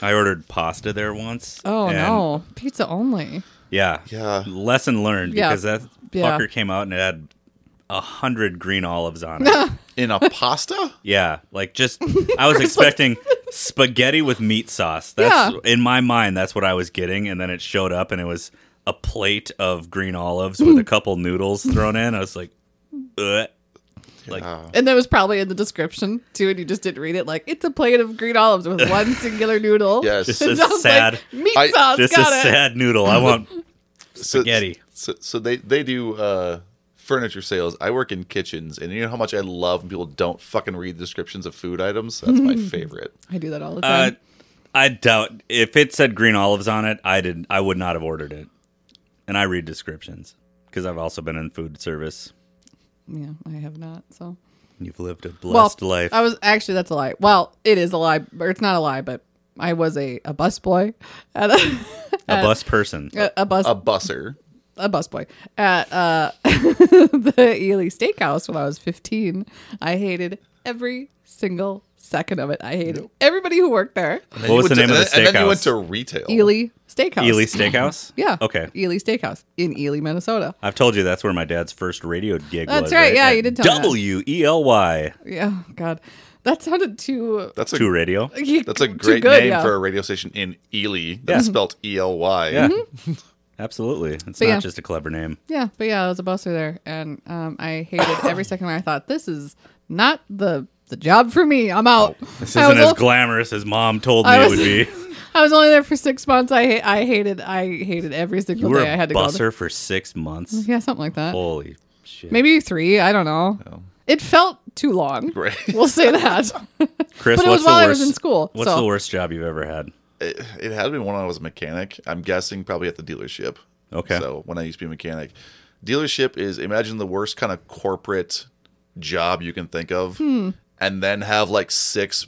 [SPEAKER 3] I ordered pasta there once.
[SPEAKER 2] oh
[SPEAKER 3] and-
[SPEAKER 2] no pizza only
[SPEAKER 3] Yeah.
[SPEAKER 1] Yeah.
[SPEAKER 3] Lesson learned
[SPEAKER 2] Yeah.
[SPEAKER 3] because that
[SPEAKER 2] Yeah.
[SPEAKER 3] fucker came out and it had a hundred green olives on it.
[SPEAKER 1] In a pasta?
[SPEAKER 3] yeah. Like just, I was expecting spaghetti with meat sauce. That's in my mind, that's what I was getting. And then it showed up and it was a plate of green olives with a couple noodles thrown in. I was like, Ugh. like,
[SPEAKER 1] Yeah.
[SPEAKER 2] And that was probably in the description too, and you just didn't read it. Like it's a plate of green olives with one singular noodle.
[SPEAKER 1] Yes.
[SPEAKER 2] It
[SPEAKER 1] This
[SPEAKER 3] is
[SPEAKER 2] sounds
[SPEAKER 3] sad.
[SPEAKER 2] Like, Meat
[SPEAKER 1] I-
[SPEAKER 2] sauce.
[SPEAKER 3] this is
[SPEAKER 2] got it.
[SPEAKER 3] sad noodle. I want,
[SPEAKER 1] So-
[SPEAKER 3] Spaghetti.
[SPEAKER 1] So, so they they do uh, furniture sales. I work in kitchens, and you know how much I love when people don't fucking read descriptions of food items. That's my favorite.
[SPEAKER 2] I do that all the
[SPEAKER 3] uh,
[SPEAKER 2] time.
[SPEAKER 3] I doubt if it said green olives on it, I did I would not have ordered it. And I read descriptions because I've also been in food service.
[SPEAKER 2] yeah, I have not. So
[SPEAKER 3] You've lived a blessed life.
[SPEAKER 2] I was actually that's a lie. Well, it is a lie, or it's not a lie, but I was a a bus boy at a uh,
[SPEAKER 3] a bus person.
[SPEAKER 2] a, a bus
[SPEAKER 1] A busser.
[SPEAKER 2] a busboy at uh, the Ely Steakhouse when I was 15. I hated every single second of it. I hated everybody who worked there.
[SPEAKER 3] What was the name of the
[SPEAKER 1] And then you went
[SPEAKER 3] steakhouse?
[SPEAKER 1] to retail.
[SPEAKER 2] Ely Steakhouse.
[SPEAKER 3] Ely Steakhouse?
[SPEAKER 2] Yeah.
[SPEAKER 3] Okay.
[SPEAKER 2] Ely Steakhouse in Ely, Minnesota.
[SPEAKER 3] I've told you that's where my dad's first radio gig
[SPEAKER 2] That's
[SPEAKER 3] was.
[SPEAKER 2] right. Yeah, you did tell me that.
[SPEAKER 3] W E L Y.
[SPEAKER 2] Yeah, God, that sounded too.
[SPEAKER 1] That's a
[SPEAKER 3] Two radio.
[SPEAKER 2] Uh,
[SPEAKER 1] that's a
[SPEAKER 2] too
[SPEAKER 1] great
[SPEAKER 2] good,
[SPEAKER 1] name
[SPEAKER 2] yeah.
[SPEAKER 1] for a radio station in Ely. That's spelled E L Y.
[SPEAKER 3] Yeah. Absolutely. It's
[SPEAKER 2] mm-hmm. But
[SPEAKER 3] not
[SPEAKER 2] yeah.
[SPEAKER 3] just a clever name.
[SPEAKER 2] Yeah, but yeah, I was a busser there, and um, I hated every second. When I thought this is not the the job for me. I'm out.
[SPEAKER 3] Oh, This
[SPEAKER 2] I
[SPEAKER 3] isn't
[SPEAKER 2] was
[SPEAKER 3] as
[SPEAKER 2] al-
[SPEAKER 3] glamorous as mom told me
[SPEAKER 2] I
[SPEAKER 3] it
[SPEAKER 2] was-
[SPEAKER 3] would be.
[SPEAKER 2] I was only there for six months. I ha- I hated I hated every
[SPEAKER 3] You
[SPEAKER 2] single
[SPEAKER 3] were
[SPEAKER 2] day. I
[SPEAKER 3] a
[SPEAKER 2] had to go. there.
[SPEAKER 3] busser for six months.
[SPEAKER 2] Yeah, something like that.
[SPEAKER 3] Holy shit.
[SPEAKER 2] Maybe three. I don't know.
[SPEAKER 1] Oh.
[SPEAKER 2] It felt too long.
[SPEAKER 1] Right.
[SPEAKER 2] We'll say that.
[SPEAKER 3] Chris,
[SPEAKER 2] But it was
[SPEAKER 3] what's
[SPEAKER 2] while
[SPEAKER 3] the
[SPEAKER 2] I was
[SPEAKER 3] worst?
[SPEAKER 2] in school,
[SPEAKER 3] What's
[SPEAKER 2] so-
[SPEAKER 3] the worst job you've ever had?
[SPEAKER 1] It, it had been when I was a mechanic. I'm guessing probably at the dealership.
[SPEAKER 3] Okay.
[SPEAKER 1] So when I used to be a mechanic, dealership is imagine the worst kind of corporate job you can think of, and then have like six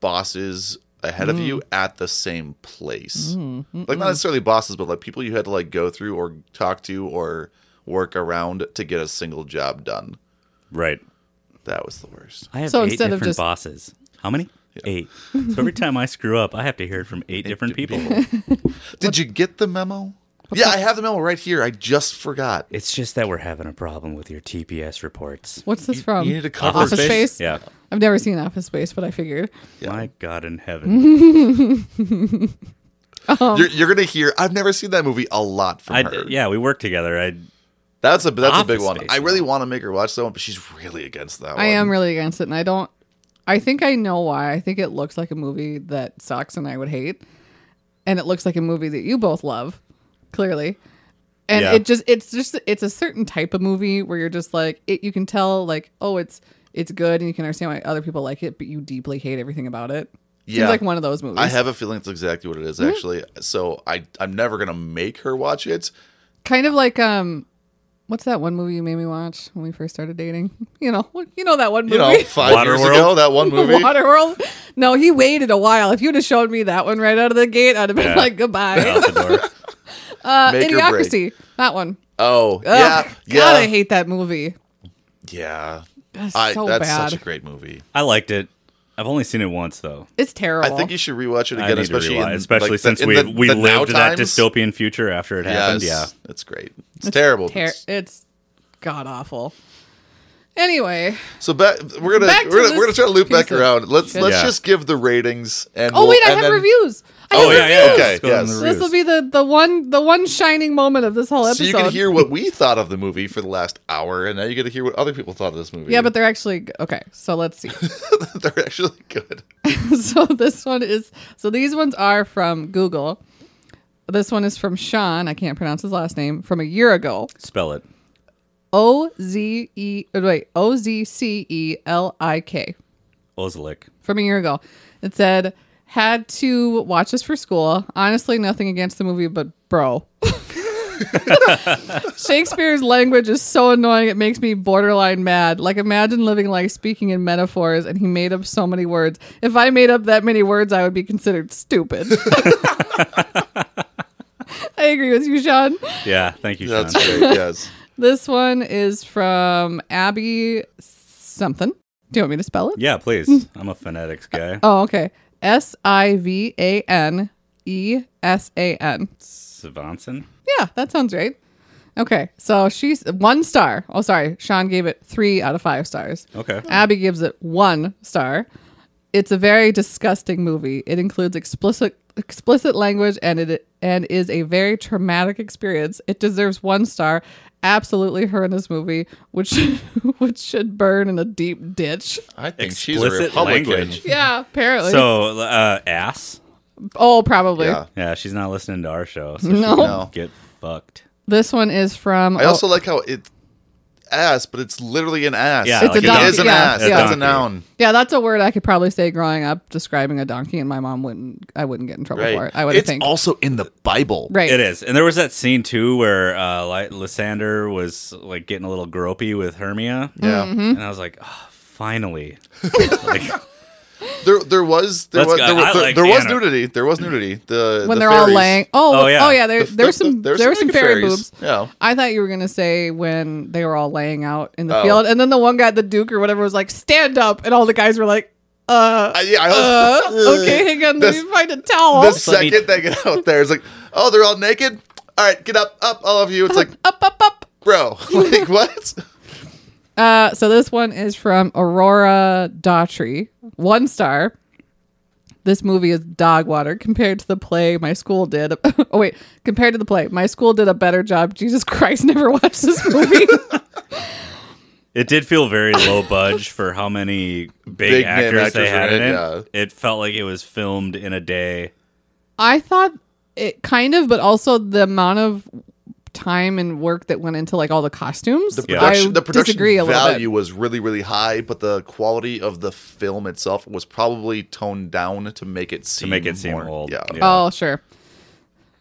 [SPEAKER 1] bosses ahead of you at the same place. Like not necessarily bosses, but like people you had to like go through or talk to or work around to get a single job done.
[SPEAKER 3] Right.
[SPEAKER 1] That was the worst.
[SPEAKER 3] I have
[SPEAKER 2] So
[SPEAKER 3] eight
[SPEAKER 2] instead of
[SPEAKER 3] different
[SPEAKER 2] just-
[SPEAKER 3] bosses. How many? Eight. So every time I screw up, I have to hear it from eight different people.
[SPEAKER 1] Did you get the memo? Yeah, I have the memo right here. I just forgot.
[SPEAKER 3] it's just that we're having a problem with your TPS reports.
[SPEAKER 2] What's this from?
[SPEAKER 1] you need to cover
[SPEAKER 2] Office
[SPEAKER 1] space.
[SPEAKER 2] Space.
[SPEAKER 3] Yeah.
[SPEAKER 2] I've never seen Office Space, but I figured.
[SPEAKER 3] My God in heaven.
[SPEAKER 1] you're, you're gonna hear. I've never seen that movie a lot from
[SPEAKER 3] I,
[SPEAKER 1] her.
[SPEAKER 3] yeah, we work together. I
[SPEAKER 1] that's a that's a
[SPEAKER 3] Office
[SPEAKER 1] big one.
[SPEAKER 3] Space,
[SPEAKER 1] I really want to make her watch that one, but she's really against that. one.
[SPEAKER 2] I am really against it, and I don't. I think I know why. I think it looks like a movie that sucks and I would hate, and it looks like a movie that you both love, clearly. And
[SPEAKER 3] Yeah.
[SPEAKER 2] it just it's just it's a certain type of movie where you're just like it. You can tell like oh it's it's good and you can understand why other people like it, but you deeply hate everything about it.
[SPEAKER 1] Yeah.
[SPEAKER 2] Seems like one of those movies.
[SPEAKER 1] I have a feeling it's exactly what it
[SPEAKER 3] Mm-hmm.
[SPEAKER 1] is, actually. So I I'm never gonna make her watch it.
[SPEAKER 2] kind of like um. What's that one movie you made me watch when we first started dating? You know, you know that one movie.
[SPEAKER 1] You know, five years
[SPEAKER 3] Waterworld?
[SPEAKER 1] ago, that one movie.
[SPEAKER 2] Waterworld. No, he waited a while. If you'd have showed me that one right out of the gate, I'd have been
[SPEAKER 3] Yeah.
[SPEAKER 2] like, goodbye.
[SPEAKER 3] out the door.
[SPEAKER 2] Uh,
[SPEAKER 1] Make or break.
[SPEAKER 2] Idiocracy. That one.
[SPEAKER 1] Oh
[SPEAKER 2] Ugh,
[SPEAKER 1] yeah, yeah,
[SPEAKER 2] God, I hate that movie.
[SPEAKER 1] yeah.
[SPEAKER 2] That's
[SPEAKER 1] I,
[SPEAKER 2] so
[SPEAKER 1] that's
[SPEAKER 2] bad.
[SPEAKER 1] such a great movie.
[SPEAKER 3] I liked it. I've only seen it once though.
[SPEAKER 2] it's terrible.
[SPEAKER 1] I think you should rewatch it
[SPEAKER 3] I
[SPEAKER 1] again,
[SPEAKER 3] need
[SPEAKER 1] especially
[SPEAKER 3] to
[SPEAKER 1] in,
[SPEAKER 3] realize, especially
[SPEAKER 1] like, the-
[SPEAKER 3] since
[SPEAKER 1] in
[SPEAKER 3] we
[SPEAKER 1] the-
[SPEAKER 3] we
[SPEAKER 1] the now
[SPEAKER 3] lived that
[SPEAKER 1] times.
[SPEAKER 3] dystopian future after it happened.
[SPEAKER 1] Yes,
[SPEAKER 3] Yeah.
[SPEAKER 1] it's great. It's, terrible.
[SPEAKER 2] Ter-
[SPEAKER 1] It's-
[SPEAKER 2] it's god awful. Anyway,
[SPEAKER 1] So back, we're gonna
[SPEAKER 2] Back to
[SPEAKER 1] we're gonna, we're gonna
[SPEAKER 2] this
[SPEAKER 1] try to loop back
[SPEAKER 2] piece of-
[SPEAKER 1] around. Let's
[SPEAKER 2] Okay.
[SPEAKER 1] let's
[SPEAKER 3] Yeah.
[SPEAKER 1] just give the ratings and
[SPEAKER 2] oh
[SPEAKER 1] we'll-
[SPEAKER 2] wait, I
[SPEAKER 1] and
[SPEAKER 2] have
[SPEAKER 1] then-
[SPEAKER 2] reviews. I
[SPEAKER 1] Oh,
[SPEAKER 2] have
[SPEAKER 1] yeah,
[SPEAKER 2] reviews.
[SPEAKER 1] yeah, okay,
[SPEAKER 3] Let's go down
[SPEAKER 1] yes.
[SPEAKER 3] the
[SPEAKER 1] So
[SPEAKER 2] This will be the the one the one shining moment of this whole
[SPEAKER 1] So
[SPEAKER 2] episode.
[SPEAKER 1] you can hear what we thought of the movie for the last hour, and now you get to hear what other people thought of this movie.
[SPEAKER 2] yeah, but they're actually okay. So let's see.
[SPEAKER 1] they're actually good.
[SPEAKER 2] so this one is so these ones are from Google. This one is from Sean. I can't pronounce his last name from a year ago.
[SPEAKER 3] Spell it.
[SPEAKER 2] O Z E oh, wait O Z C E L I K
[SPEAKER 3] Ozelik.
[SPEAKER 2] from a year ago. It said had to watch this for school. Honestly, nothing against the movie, but bro. Shakespeare's language is so annoying it makes me borderline mad. Like imagine living like speaking in metaphors and he made up so many words. If I made up that many words, I would be considered stupid. I agree with you, Sean.
[SPEAKER 3] Yeah. Thank you, Sean.
[SPEAKER 1] That's great. Yes.
[SPEAKER 2] This one is from Abby something. Do you want me to spell it?
[SPEAKER 3] Yeah, please. I'm a phonetics guy.
[SPEAKER 2] Oh, okay. S I V A N E S A N.
[SPEAKER 3] Savanson.
[SPEAKER 2] Yeah, that sounds right. Okay, so she's one star. Oh, sorry. Sean gave it three out of five stars.
[SPEAKER 3] Okay.
[SPEAKER 2] Abby gives it one star. It's a very disgusting movie. It includes explicit explicit language and it and is a very traumatic experience. It deserves one star. Absolutely horrendous movie, which which should burn in a deep ditch.
[SPEAKER 1] I think she's a
[SPEAKER 3] Explicit
[SPEAKER 1] Republican.
[SPEAKER 3] language.
[SPEAKER 2] Yeah, apparently.
[SPEAKER 3] So uh, ass.
[SPEAKER 2] oh, probably.
[SPEAKER 1] Yeah.
[SPEAKER 3] Yeah, she's not listening to our show. So
[SPEAKER 2] No.
[SPEAKER 3] no.
[SPEAKER 1] No.
[SPEAKER 3] get fucked.
[SPEAKER 2] This one is from.
[SPEAKER 1] I
[SPEAKER 2] oh,
[SPEAKER 1] also like how it ass, but it's literally an ass.
[SPEAKER 3] Yeah,
[SPEAKER 2] It's
[SPEAKER 3] like
[SPEAKER 2] a
[SPEAKER 1] it
[SPEAKER 2] donkey.
[SPEAKER 1] is an
[SPEAKER 2] yeah,
[SPEAKER 1] ass.
[SPEAKER 2] yeah.
[SPEAKER 1] That's a
[SPEAKER 3] Donkey.
[SPEAKER 1] noun.
[SPEAKER 2] yeah, that's a word I could probably say growing up, describing a donkey, and my mom wouldn't. I wouldn't get in trouble for
[SPEAKER 1] Right.
[SPEAKER 2] it. I would
[SPEAKER 1] it's
[SPEAKER 2] think.
[SPEAKER 1] also in the Bible.
[SPEAKER 2] right.
[SPEAKER 3] It is. And there was that scene too where uh like Lysander was like getting a little gropey with Hermia.
[SPEAKER 2] Mm-hmm.
[SPEAKER 1] Yeah.
[SPEAKER 3] And I was like, oh, finally. like,
[SPEAKER 1] There, there was, there
[SPEAKER 3] Let's
[SPEAKER 1] was,
[SPEAKER 3] go.
[SPEAKER 1] there,
[SPEAKER 3] I
[SPEAKER 1] was- there,
[SPEAKER 3] like
[SPEAKER 1] there was
[SPEAKER 3] Anna.
[SPEAKER 1] nudity. There was nudity. The
[SPEAKER 2] When
[SPEAKER 1] the
[SPEAKER 2] they're all
[SPEAKER 1] fairies.
[SPEAKER 2] laying. Oh,
[SPEAKER 3] Oh,
[SPEAKER 2] yeah.
[SPEAKER 3] yeah.
[SPEAKER 2] Oh yeah. There,
[SPEAKER 1] The-
[SPEAKER 2] there was
[SPEAKER 1] the-
[SPEAKER 2] some.
[SPEAKER 1] there's
[SPEAKER 2] there were some
[SPEAKER 1] naked
[SPEAKER 2] fairy
[SPEAKER 1] fairies.
[SPEAKER 2] boobs.
[SPEAKER 1] Yeah.
[SPEAKER 2] I thought you were gonna say when they were all laying out in the
[SPEAKER 1] Oh.
[SPEAKER 2] field, and then the one guy, the Duke or whatever, was like, "Stand up," and all the guys were like, "Uh,
[SPEAKER 1] I, yeah, I was,
[SPEAKER 2] uh okay, hang on,
[SPEAKER 1] This-
[SPEAKER 2] let me find a towel."
[SPEAKER 1] the
[SPEAKER 3] let me-
[SPEAKER 1] second they get out there, it's like, oh, they're all naked. All right, get up, up, all of you. It's like,
[SPEAKER 2] up, up, up.
[SPEAKER 1] bro, like what?
[SPEAKER 2] Uh, so this one is from Aurora Daughtry, one star. This movie is dog water compared to the play my school did. oh wait, compared to the play, my school did a better job. Jesus Christ, never watched this movie.
[SPEAKER 3] It did feel very low budge for how many big,
[SPEAKER 1] Big name
[SPEAKER 3] actors,
[SPEAKER 1] actors
[SPEAKER 3] they had
[SPEAKER 1] were
[SPEAKER 3] in
[SPEAKER 1] in,
[SPEAKER 3] it.
[SPEAKER 1] yeah.
[SPEAKER 3] It felt like it was filmed in a day.
[SPEAKER 2] I thought it kind of, but also the amount of time and work that went into like all the costumes.
[SPEAKER 1] The production,
[SPEAKER 2] I
[SPEAKER 1] the production
[SPEAKER 2] disagree a little
[SPEAKER 1] value
[SPEAKER 2] bit.
[SPEAKER 1] was really, really high, but the quality of the film itself was probably toned down to make it seem
[SPEAKER 3] make it seem
[SPEAKER 1] more-
[SPEAKER 3] old,
[SPEAKER 1] Yeah.
[SPEAKER 3] yeah.
[SPEAKER 2] Oh sure.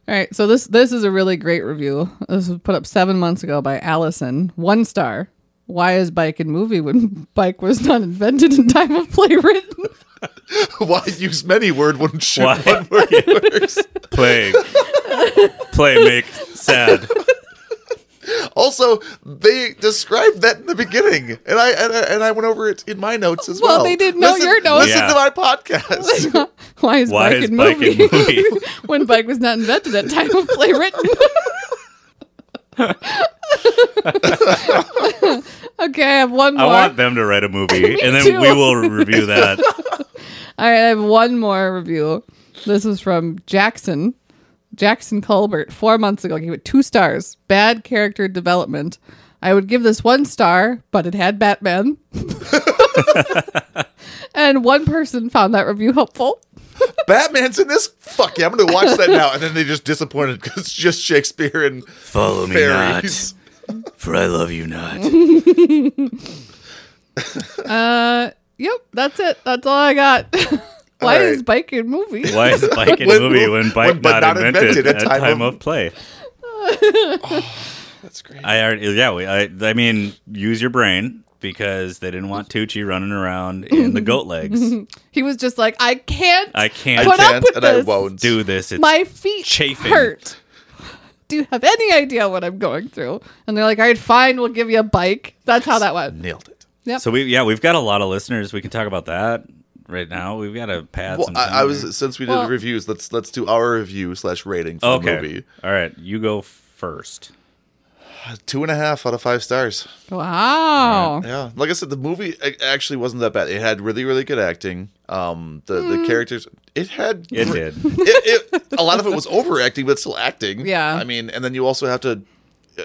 [SPEAKER 2] All right, so this this is a really great review. This was put up seven months ago by Allison, one star. why is bike in movie when bike was not invented in time of play written?
[SPEAKER 1] Why use many word when shoot
[SPEAKER 3] Why?
[SPEAKER 1] one word universe?
[SPEAKER 3] Play. Play make sad.
[SPEAKER 1] Also, they described that in the beginning, and I and I, and I went over it in my notes as well.
[SPEAKER 2] Well, they didn't know
[SPEAKER 1] listen,
[SPEAKER 2] your notes.
[SPEAKER 1] Listen
[SPEAKER 3] Yeah.
[SPEAKER 1] to my podcast.
[SPEAKER 2] why is
[SPEAKER 3] Why
[SPEAKER 2] bike
[SPEAKER 3] is
[SPEAKER 2] in
[SPEAKER 3] bike
[SPEAKER 2] movie,
[SPEAKER 3] in movie?
[SPEAKER 2] when bike was not invented at time of play written? okay, I have one
[SPEAKER 3] I
[SPEAKER 2] more.
[SPEAKER 3] want them to write a movie, and then
[SPEAKER 2] too.
[SPEAKER 3] we will review that.
[SPEAKER 2] All right, I have one more review. This is from Jackson. Jackson Colbert, four months ago, gave it two stars. Bad character development. I would give this one star, but it had Batman. and one person found that review helpful.
[SPEAKER 1] Batman's in this. Fuck yeah, I'm gonna watch that now. And then they just disappointed because it's just Shakespeare and
[SPEAKER 3] Follow me
[SPEAKER 1] fairies.
[SPEAKER 3] not, for I love you not.
[SPEAKER 2] Yep, that's it. That's all I got. Why
[SPEAKER 1] All right.
[SPEAKER 2] is bike a movie?
[SPEAKER 3] Why is bike in
[SPEAKER 1] When-
[SPEAKER 3] movie when bike
[SPEAKER 1] when- but
[SPEAKER 3] not, invented, at time,
[SPEAKER 1] of-
[SPEAKER 3] of, play?
[SPEAKER 1] That's great.
[SPEAKER 3] I already, yeah, we, I, I mean, use your brain because they didn't want Tucci running around in the goat legs.
[SPEAKER 2] He was just like, I can't.
[SPEAKER 3] I
[SPEAKER 1] I
[SPEAKER 3] can't
[SPEAKER 2] Put up
[SPEAKER 1] can't
[SPEAKER 2] with
[SPEAKER 1] and I
[SPEAKER 2] this.
[SPEAKER 1] won't.
[SPEAKER 3] do this. It's
[SPEAKER 2] my feet
[SPEAKER 3] chafing.
[SPEAKER 2] hurt. Do you have any idea what I'm going through? And they're like, all right, fine, we'll give you a bike. That's how that went.
[SPEAKER 1] Nailed it.
[SPEAKER 3] So we yeah, we've got a lot of listeners. We can talk about that right now. We've got to pad
[SPEAKER 1] Well,
[SPEAKER 3] some time
[SPEAKER 1] I, I
[SPEAKER 3] here.
[SPEAKER 1] was since we did
[SPEAKER 2] Well-
[SPEAKER 1] reviews. Let's let's do our review slash rating for
[SPEAKER 3] okay.
[SPEAKER 1] the movie.
[SPEAKER 3] All right, you go first.
[SPEAKER 1] Two and a half out of five stars.
[SPEAKER 2] Wow.
[SPEAKER 1] Yeah, like I said, the movie a- actually wasn't that bad. It had really, really good acting. Um, the
[SPEAKER 2] Mm.
[SPEAKER 1] the characters, it had
[SPEAKER 3] It
[SPEAKER 1] gr-
[SPEAKER 3] did.
[SPEAKER 1] It, it, a lot of it was overacting, but still acting.
[SPEAKER 2] Yeah.
[SPEAKER 1] I mean, and then you also have to,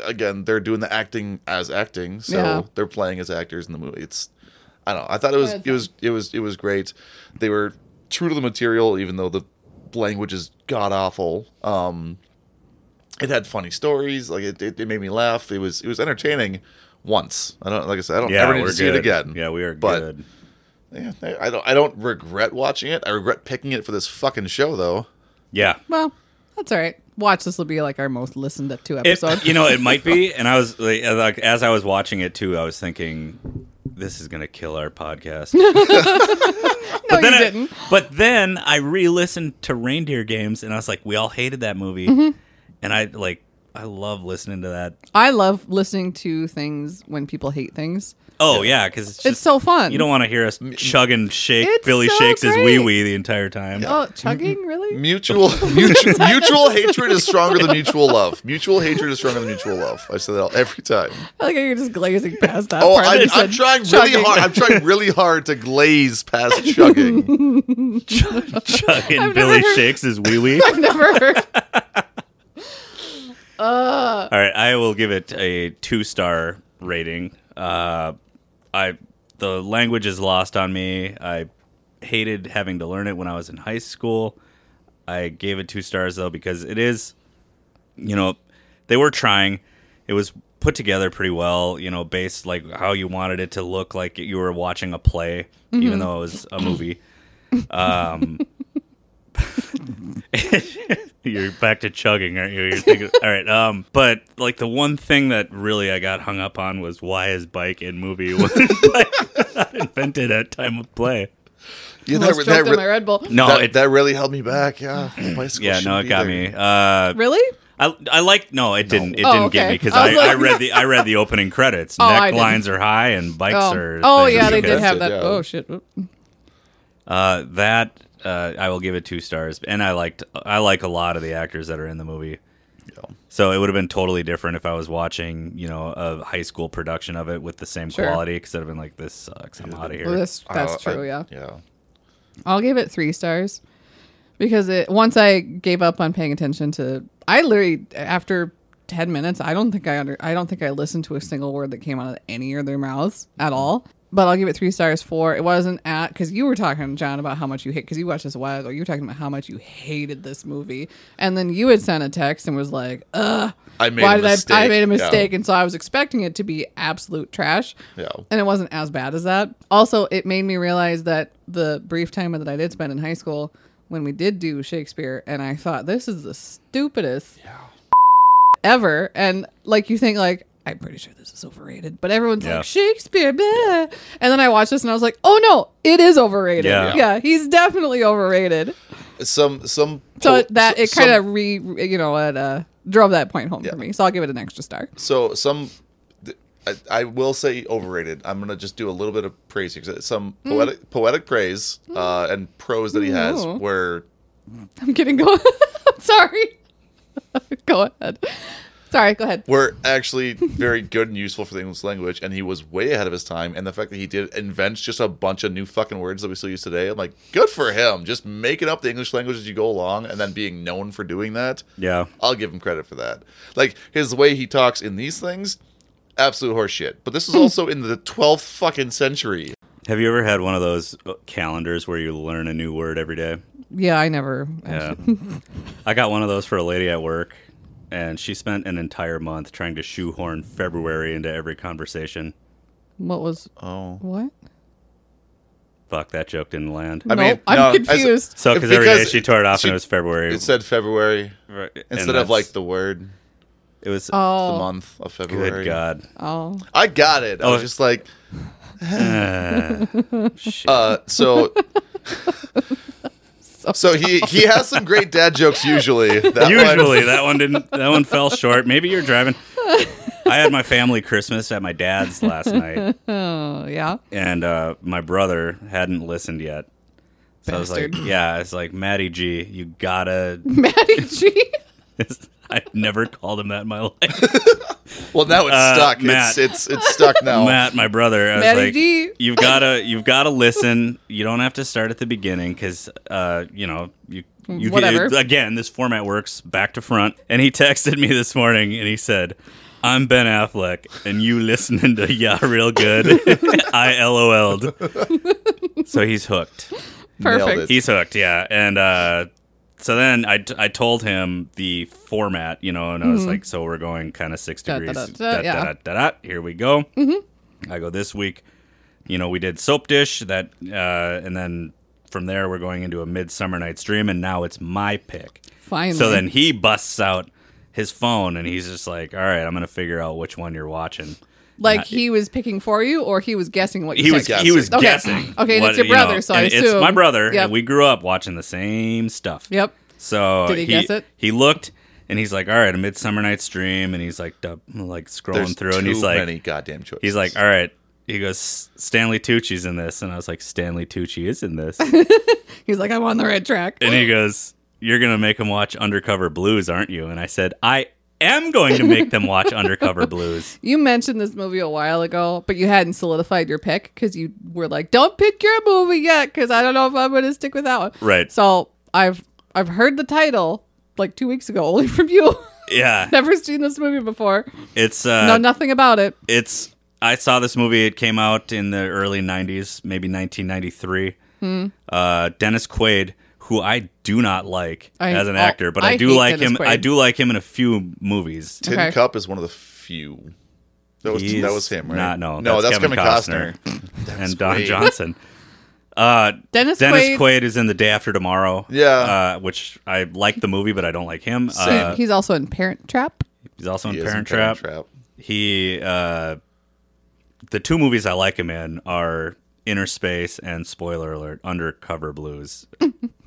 [SPEAKER 1] again, they're doing the acting as acting, so
[SPEAKER 2] Yeah.
[SPEAKER 1] they're playing as actors in the movie. It's, I don't know. I thought it was
[SPEAKER 2] Yeah, it's
[SPEAKER 1] it was it was it was great. They were true to the material, even though the language is god awful. Um, it had funny stories. Like it, it, it made me laugh. It was it was entertaining. Once I don't like I said I don't
[SPEAKER 3] Yeah,
[SPEAKER 1] ever need
[SPEAKER 3] we're
[SPEAKER 1] to
[SPEAKER 3] good.
[SPEAKER 1] see it again.
[SPEAKER 3] Yeah, we are
[SPEAKER 1] But-
[SPEAKER 3] good.
[SPEAKER 1] Yeah, I don't I don't regret watching it. I regret picking it for this fucking show though.
[SPEAKER 3] Yeah.
[SPEAKER 2] Well, that's all right. Watch this will be like our most listened to
[SPEAKER 3] It,
[SPEAKER 2] episode.
[SPEAKER 3] you know, it might be. And I was like, as- like, as I was watching it too, I was thinking, this is gonna kill our podcast.
[SPEAKER 2] no, you
[SPEAKER 3] then I,
[SPEAKER 2] didn't.
[SPEAKER 3] But then I re-listened to Reindeer Games, and I was like, we all hated that movie,
[SPEAKER 2] Mm-hmm.
[SPEAKER 3] and I like, I love listening to that.
[SPEAKER 2] I love listening to things when people hate things.
[SPEAKER 3] Oh yeah, because it's,
[SPEAKER 2] It's
[SPEAKER 3] just-
[SPEAKER 2] so fun. Oh,
[SPEAKER 3] You don't want to hear us chugging shake
[SPEAKER 2] It's
[SPEAKER 3] Billy
[SPEAKER 2] so
[SPEAKER 3] shakes his
[SPEAKER 2] great.
[SPEAKER 3] wee wee the entire time.
[SPEAKER 2] Oh, chugging really?
[SPEAKER 1] Mutual mutual, mutual hatred is stronger than mutual love. Mutual hatred is stronger than mutual love. I say that all- every time.
[SPEAKER 2] I like how you're just glazing past that
[SPEAKER 1] Oh,
[SPEAKER 2] part. that
[SPEAKER 1] I,
[SPEAKER 2] you
[SPEAKER 1] I'm
[SPEAKER 2] said
[SPEAKER 1] trying really
[SPEAKER 2] chugging.
[SPEAKER 1] hard. I'm trying really hard to glaze past chugging.
[SPEAKER 3] Chugging
[SPEAKER 2] Oh, I've never
[SPEAKER 3] Billy
[SPEAKER 2] heard-
[SPEAKER 3] shakes his wee wee.
[SPEAKER 2] I've never heard.
[SPEAKER 3] All right, I will give it a two star rating. Uh, I the language is lost on me. I hated having to learn it when I was in high school. I gave it two stars though because it is, you know, they were trying. It was put together pretty well, you know, based like how you wanted it to look, like you were watching a play, even though it was a movie. You're back to chugging, aren't you? You're thinking, all right. Um, but like the one thing that really I got hung up on was why is bike in movie when bike not invented at time of play?
[SPEAKER 1] Yeah, that,
[SPEAKER 2] Almost choked
[SPEAKER 1] that,
[SPEAKER 2] on my
[SPEAKER 1] re-
[SPEAKER 2] Red Bull.
[SPEAKER 3] No,
[SPEAKER 1] that,
[SPEAKER 3] it
[SPEAKER 1] that really held me back. Yeah, bicycle
[SPEAKER 3] yeah,
[SPEAKER 1] shouldn't
[SPEAKER 3] no, it
[SPEAKER 1] be
[SPEAKER 3] got
[SPEAKER 1] there.
[SPEAKER 3] me. Uh,
[SPEAKER 2] Really?
[SPEAKER 3] I I like no, it didn't. It
[SPEAKER 2] Oh,
[SPEAKER 3] didn't give
[SPEAKER 2] okay.
[SPEAKER 3] me because
[SPEAKER 2] I
[SPEAKER 3] I,
[SPEAKER 2] was
[SPEAKER 3] I
[SPEAKER 2] like-
[SPEAKER 3] read the I read the opening credits.
[SPEAKER 2] Oh, I didn't.
[SPEAKER 3] Necklines are high and bikes
[SPEAKER 2] Oh,
[SPEAKER 3] are.
[SPEAKER 2] oh
[SPEAKER 3] things.
[SPEAKER 2] yeah, they did
[SPEAKER 1] That's
[SPEAKER 2] have
[SPEAKER 1] it,
[SPEAKER 2] that.
[SPEAKER 1] yeah.
[SPEAKER 2] Oh shit. Oop.
[SPEAKER 3] Uh, that uh, I will give it two stars, and I liked I like a lot of the actors that are in the movie. So it would have been totally different if I was watching, you know, a high school production of it with the same
[SPEAKER 2] Sure.
[SPEAKER 3] quality. Because I'd have been like, "This sucks. I'm out of here."
[SPEAKER 2] Well, that's
[SPEAKER 1] Oh,
[SPEAKER 2] that's
[SPEAKER 3] Uh,
[SPEAKER 1] I-
[SPEAKER 2] true. yeah.
[SPEAKER 1] Yeah.
[SPEAKER 2] I'll give it three stars because it once I gave up on paying attention to I literally after ten minutes I don't think I under I don't think I listened to a single word that came out of any of their mouths at all. But I'll give it three stars for it wasn't at because you were talking John about how much you hate because you watched this a while ago. You were talking about how much you hated this movie, and then you had sent a text and was like, "Ugh,
[SPEAKER 1] I made
[SPEAKER 2] why
[SPEAKER 1] a
[SPEAKER 2] did
[SPEAKER 1] mistake.
[SPEAKER 2] I? I made a
[SPEAKER 1] Yeah.
[SPEAKER 2] mistake, and so I was expecting it to be absolute trash.
[SPEAKER 1] Yeah.
[SPEAKER 2] and it wasn't as bad as that. Also, it made me realize that the brief time that I did spend in high school when we did do Shakespeare, and I thought this is the stupidest ever. And like you think like I'm pretty sure this is overrated, but everyone's
[SPEAKER 3] Yeah.
[SPEAKER 2] like Shakespeare, blah. and then I watched this and I was like, oh no, it is overrated.
[SPEAKER 3] Yeah.
[SPEAKER 2] Yeah, he's definitely overrated.
[SPEAKER 1] Some some
[SPEAKER 2] So
[SPEAKER 1] poll-
[SPEAKER 2] that it
[SPEAKER 1] some-
[SPEAKER 2] kind of re, you know, it uh, drove that point home for me. So I'll give it an extra star.
[SPEAKER 1] So some, th- I, I will say overrated. I'm gonna just do a little bit of praise here. 'cause Some poetic poetic praise uh, and prose that he has
[SPEAKER 2] Ooh.
[SPEAKER 1] were
[SPEAKER 2] I'm kidding. Go. Sorry. go ahead. Sorry. Go ahead.
[SPEAKER 1] were actually very good and useful for the English language, and he was way ahead of his time. And the fact that he did invent just a bunch of new fucking words that we still use today, I'm like, good for him. Just making up the English language as you go along, and then being known for doing that.
[SPEAKER 3] Yeah.
[SPEAKER 1] I'll give him credit for that. Like his way he talks in these things, absolute horseshit. But this is also in the 12th fucking century.
[SPEAKER 3] Have you ever had one of those uh, calendars where you learn a new word every day?
[SPEAKER 2] Yeah, I never.
[SPEAKER 3] Yeah. I got one of those for a lady at work, and she spent an entire month trying to shoehorn February into every conversation.
[SPEAKER 2] What was
[SPEAKER 1] Oh.
[SPEAKER 2] what?
[SPEAKER 3] Fuck, that joke didn't land.
[SPEAKER 1] I
[SPEAKER 2] Nope,
[SPEAKER 1] mean,
[SPEAKER 2] I'm
[SPEAKER 1] no, I s-
[SPEAKER 2] confused.
[SPEAKER 3] So, because every day
[SPEAKER 1] Because
[SPEAKER 3] she tore it off
[SPEAKER 1] she-
[SPEAKER 3] and it was February.
[SPEAKER 1] It said February
[SPEAKER 3] Right, and
[SPEAKER 1] instead of
[SPEAKER 3] that's-
[SPEAKER 1] like the word,
[SPEAKER 3] It was.
[SPEAKER 1] the
[SPEAKER 2] oh,
[SPEAKER 1] month of February.
[SPEAKER 3] Good God.
[SPEAKER 2] oh,
[SPEAKER 1] I got it. I was
[SPEAKER 3] Oh.
[SPEAKER 1] just like,
[SPEAKER 3] Uh, shit.
[SPEAKER 1] uh, so. So he he has some great dad jokes usually. That
[SPEAKER 3] Usually that one didn't. That one fell short. Maybe you're driving. I had my family Christmas at my dad's last night,
[SPEAKER 2] oh, yeah.
[SPEAKER 3] and uh, my brother hadn't listened yet. So I was
[SPEAKER 2] Bastard.
[SPEAKER 3] like, "Yeah, it's like Matty G, you gotta."
[SPEAKER 2] Maddie G.
[SPEAKER 3] I've never called him that in my life.
[SPEAKER 1] Well, now it's
[SPEAKER 3] Uh,
[SPEAKER 1] stuck.
[SPEAKER 3] Matt.
[SPEAKER 1] It's it's it's stuck now.
[SPEAKER 3] Matt, my brother, I was
[SPEAKER 2] Matty
[SPEAKER 3] like,
[SPEAKER 2] G.
[SPEAKER 3] "You've gotta, you've gotta listen. You don't have to start at the beginning because, uh, you know, you." You
[SPEAKER 2] Whatever.
[SPEAKER 3] Can, again, this format works back to front. And he texted me this morning and he said, I'm Ben Affleck and you listening to Yeah Real Good. I LOL'd. So he's hooked.
[SPEAKER 1] Nailed
[SPEAKER 2] Perfect.
[SPEAKER 1] it.
[SPEAKER 3] He's hooked, yeah. And uh, so then I, t- I told him the format, you know, and I was like, so we're going kind of six
[SPEAKER 2] Mm-hmm. Da, da,
[SPEAKER 3] degrees.
[SPEAKER 2] da, da, yeah. Mm-hmm.
[SPEAKER 3] da, da. Here we go. I go this week. You know, we did soap dish that, uh, and then from there we're going into a midsummer night's dream, and now it's my pick.
[SPEAKER 2] Finally.
[SPEAKER 3] So then he busts out his phone and he's just like, "All right, I'm gonna figure out which one you're watching."
[SPEAKER 2] like he was picking for you, or he was guessing what you
[SPEAKER 3] he was
[SPEAKER 2] picked?
[SPEAKER 3] he was
[SPEAKER 2] Okay.
[SPEAKER 3] guessing.
[SPEAKER 2] Okay, and it's your
[SPEAKER 3] you know,
[SPEAKER 2] brother, so I
[SPEAKER 3] and it's
[SPEAKER 2] assume-
[SPEAKER 3] my brother,
[SPEAKER 2] Yep.
[SPEAKER 3] and we grew up watching the same stuff.
[SPEAKER 2] Yep.
[SPEAKER 3] So
[SPEAKER 2] Did he guess it?
[SPEAKER 3] He looked and he's like, "All right, a Midsummer Night's Dream," and he's like, duh, like scrolling
[SPEAKER 1] There's
[SPEAKER 3] through,
[SPEAKER 1] too
[SPEAKER 3] and he's like,
[SPEAKER 1] many goddamn choices.
[SPEAKER 3] he's like, "All right." He goes, Stanley Tucci's in this, and I was like, Stanley Tucci is in this, and
[SPEAKER 2] He's like, I'm on the right track.
[SPEAKER 3] he goes, "You're gonna make him watch Undercover Blues, aren't you?" And I said, "I am going to make them watch Undercover Blues."
[SPEAKER 2] You mentioned this movie a while ago, but you hadn't solidified your pick because you were like, "Don't pick your movie yet," because I don't know if I'm going to stick with that one.
[SPEAKER 3] Right.
[SPEAKER 2] So I've I've heard the title like two weeks ago, only from you.
[SPEAKER 3] Yeah,
[SPEAKER 2] Never seen this movie before.
[SPEAKER 3] it's uh,
[SPEAKER 2] know nothing about it.
[SPEAKER 3] it's I saw this movie. It came out in the early '90s, maybe 1993.
[SPEAKER 2] Hmm.
[SPEAKER 3] Uh, Dennis Quaid, who I do not like
[SPEAKER 2] I-
[SPEAKER 3] as an
[SPEAKER 2] oh,
[SPEAKER 3] actor, but I,
[SPEAKER 2] I
[SPEAKER 3] do
[SPEAKER 2] hate
[SPEAKER 3] like
[SPEAKER 2] Dennis
[SPEAKER 3] him. I
[SPEAKER 2] Quaid.
[SPEAKER 3] do like him in a few movies.
[SPEAKER 1] Tin
[SPEAKER 2] Okay.
[SPEAKER 1] Cup is one of the few. That was
[SPEAKER 3] He's
[SPEAKER 1] that was him, right?
[SPEAKER 3] not- no,
[SPEAKER 1] no, that's,
[SPEAKER 3] that's Kevin
[SPEAKER 1] Kevin,
[SPEAKER 3] Costner.
[SPEAKER 1] Costner,
[SPEAKER 3] and Don
[SPEAKER 1] Quaid.
[SPEAKER 3] Johnson. Uh,
[SPEAKER 2] Dennis,
[SPEAKER 3] Dennis
[SPEAKER 2] Quaid.
[SPEAKER 3] Quaid is in the Day After Tomorrow.
[SPEAKER 1] Yeah.
[SPEAKER 3] uh, which I like the movie, but I don't like him.
[SPEAKER 2] He-
[SPEAKER 3] Uh,
[SPEAKER 2] he's also in Parent Trap.
[SPEAKER 3] he's also in
[SPEAKER 1] He is
[SPEAKER 3] Parent,
[SPEAKER 1] in
[SPEAKER 3] Trap. He uh, the two movies I like him in are Inner Space and spoiler alert, Undercover Blues.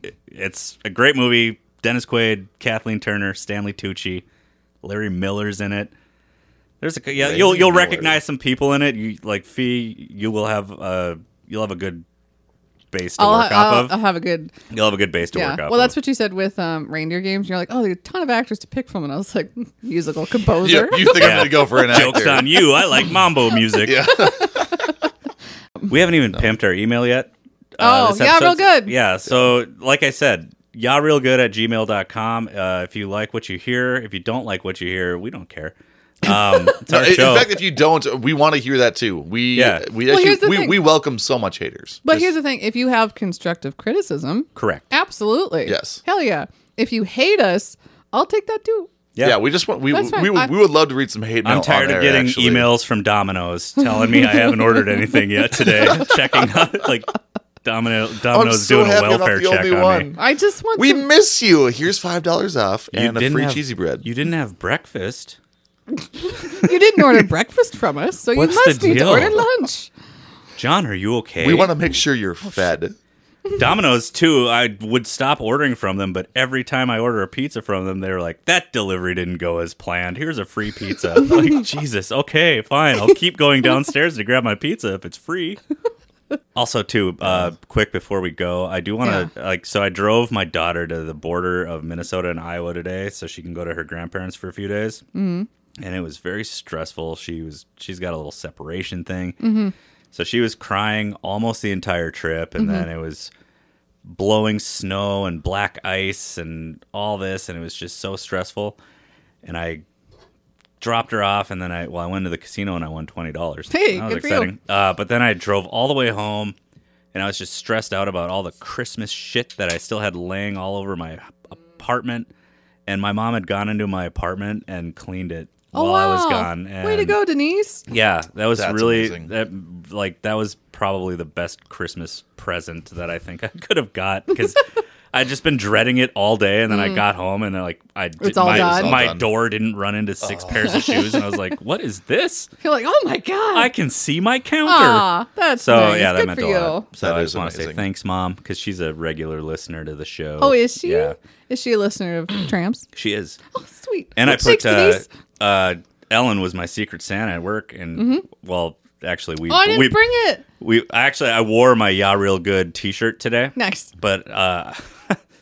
[SPEAKER 3] It- it's a great movie. Dennis Quaid, Kathleen Turner, Stanley Tucci, Larry Miller's in it. There's a yeah,
[SPEAKER 1] Larry
[SPEAKER 3] you'll you'll
[SPEAKER 1] Miller.
[SPEAKER 3] recognize some people in it. You like Fee, you will have uh you'll have a good base to
[SPEAKER 2] I'll,
[SPEAKER 3] work
[SPEAKER 2] ha-
[SPEAKER 3] off
[SPEAKER 2] I'll,
[SPEAKER 3] of.
[SPEAKER 2] I'll have a good
[SPEAKER 3] you'll have a good base to
[SPEAKER 2] yeah.
[SPEAKER 3] work off.
[SPEAKER 2] Well, that's
[SPEAKER 3] of.
[SPEAKER 2] what you said with um, Reindeer Games. You're like, oh, there's a ton of actors to pick from, and I was like, musical composer.
[SPEAKER 1] You, you think I'm
[SPEAKER 3] Yeah.
[SPEAKER 1] gonna go for an actor?
[SPEAKER 3] jokes on you. I like mambo music.
[SPEAKER 1] Yeah.
[SPEAKER 3] We haven't even pimped our email yet. Uh,
[SPEAKER 2] Oh,
[SPEAKER 3] this
[SPEAKER 2] yeah, real
[SPEAKER 3] episode's-
[SPEAKER 2] good.
[SPEAKER 3] Yeah. So, like I said, yeah, real good at gmail.com. Uh, if you like what you hear, if you don't like what you hear, we don't care. Um, it's
[SPEAKER 1] No,
[SPEAKER 3] our
[SPEAKER 1] in
[SPEAKER 3] show.
[SPEAKER 1] fact, if you don't, we want to hear that too. We
[SPEAKER 3] Yeah.
[SPEAKER 1] we
[SPEAKER 2] Well, here's
[SPEAKER 1] actually
[SPEAKER 2] the
[SPEAKER 1] we,
[SPEAKER 2] thing.
[SPEAKER 1] we welcome so much haters.
[SPEAKER 2] but
[SPEAKER 1] Just-
[SPEAKER 2] here's the thing: if you have constructive criticism,
[SPEAKER 3] Correct.
[SPEAKER 2] absolutely,
[SPEAKER 1] Yes.
[SPEAKER 2] hell yeah. If you hate us, I'll take that too.
[SPEAKER 1] yeah. we just want we
[SPEAKER 2] That's fine.
[SPEAKER 1] we, would
[SPEAKER 2] I'm-
[SPEAKER 1] we would love to read some hate mail.
[SPEAKER 3] I'm
[SPEAKER 1] on
[SPEAKER 3] tired
[SPEAKER 1] air,
[SPEAKER 3] of getting
[SPEAKER 1] actually.
[SPEAKER 3] emails from Domino's telling me I haven't ordered anything yet today. Checking out, like, Domino,
[SPEAKER 1] I'm
[SPEAKER 3] Domino's
[SPEAKER 1] so
[SPEAKER 3] doing a
[SPEAKER 1] happy I'm
[SPEAKER 3] welfare
[SPEAKER 1] not the
[SPEAKER 3] check
[SPEAKER 1] only
[SPEAKER 3] on
[SPEAKER 1] one.
[SPEAKER 3] me.
[SPEAKER 2] I just want
[SPEAKER 1] We
[SPEAKER 2] some-
[SPEAKER 1] miss you. Here's five dollars off
[SPEAKER 3] You
[SPEAKER 1] and a
[SPEAKER 3] didn't
[SPEAKER 1] free
[SPEAKER 3] have-
[SPEAKER 1] cheesy bread.
[SPEAKER 3] You didn't have breakfast.
[SPEAKER 2] You didn't order breakfast from us, so
[SPEAKER 3] What's
[SPEAKER 2] you
[SPEAKER 3] the
[SPEAKER 2] must need to
[SPEAKER 3] deal?
[SPEAKER 2] order lunch.
[SPEAKER 3] John, are you okay?
[SPEAKER 1] We want to make sure you're
[SPEAKER 2] Oh,
[SPEAKER 1] fed.
[SPEAKER 3] Domino's too. I would stop ordering from them, but every time I order a pizza from them, they're like, "That delivery didn't go as planned. Here's a free pizza." I'm like, Jesus. Okay, fine. I'll keep going downstairs to grab my pizza if it's free. Also, too, uh, quick before we go, I do want to like. So I drove my daughter to the border of Minnesota and Iowa today, so she can go to her grandparents for a few days. Mm-hmm. And it was very stressful. She was she's got a little separation thing, so she was crying almost the entire trip, and then it was blowing snow and black ice and all this, and it was just so stressful. And I dropped her off, and then I well, I went to the casino and I won twenty dollars.
[SPEAKER 2] Hey,
[SPEAKER 3] that was
[SPEAKER 2] good for you.
[SPEAKER 3] exciting. Uh, but then I drove all the way home, and I was just stressed out about all the Christmas shit that I still had laying all over my apartment. And my mom had gone into my apartment and cleaned it
[SPEAKER 2] oh
[SPEAKER 3] while
[SPEAKER 2] wow!
[SPEAKER 3] I was gone. And
[SPEAKER 2] Way to go, Denise.
[SPEAKER 3] yeah, that was
[SPEAKER 1] That's
[SPEAKER 3] really
[SPEAKER 1] amazing.
[SPEAKER 3] that like that was probably the best Christmas present that I think I could have got because I'd just been dreading it all day, and then I got home and like I did,
[SPEAKER 2] Mm. It's all
[SPEAKER 3] my,
[SPEAKER 2] done.
[SPEAKER 3] my
[SPEAKER 1] It's all done. Oh.
[SPEAKER 3] door didn't run into six pairs of shoes, and I was like, "What is this?
[SPEAKER 2] You're like, oh my god!
[SPEAKER 3] I can see my counter."
[SPEAKER 2] Aw, that's
[SPEAKER 3] so
[SPEAKER 2] nice.
[SPEAKER 3] yeah, that
[SPEAKER 2] Good
[SPEAKER 3] meant
[SPEAKER 2] for
[SPEAKER 3] a
[SPEAKER 2] you.
[SPEAKER 3] lot. So
[SPEAKER 1] That
[SPEAKER 3] I
[SPEAKER 1] is
[SPEAKER 3] just want to say
[SPEAKER 1] amazing.
[SPEAKER 3] thanks, mom, because she's a regular listener to the show.
[SPEAKER 2] Oh, is she?
[SPEAKER 3] Yeah,
[SPEAKER 2] Is she a listener of Tramps?
[SPEAKER 3] she is.
[SPEAKER 2] Oh, sweet.
[SPEAKER 3] And I
[SPEAKER 2] Thanks,
[SPEAKER 3] put uh,
[SPEAKER 2] Denise.
[SPEAKER 3] uh, Ellen was my secret Santa at work, and well, actually we
[SPEAKER 2] Mm-hmm. Oh, I didn't
[SPEAKER 3] we
[SPEAKER 2] bring it.
[SPEAKER 3] We actually, I wore my Ya Real Good T-shirt today,
[SPEAKER 2] Nice.
[SPEAKER 3] but uh,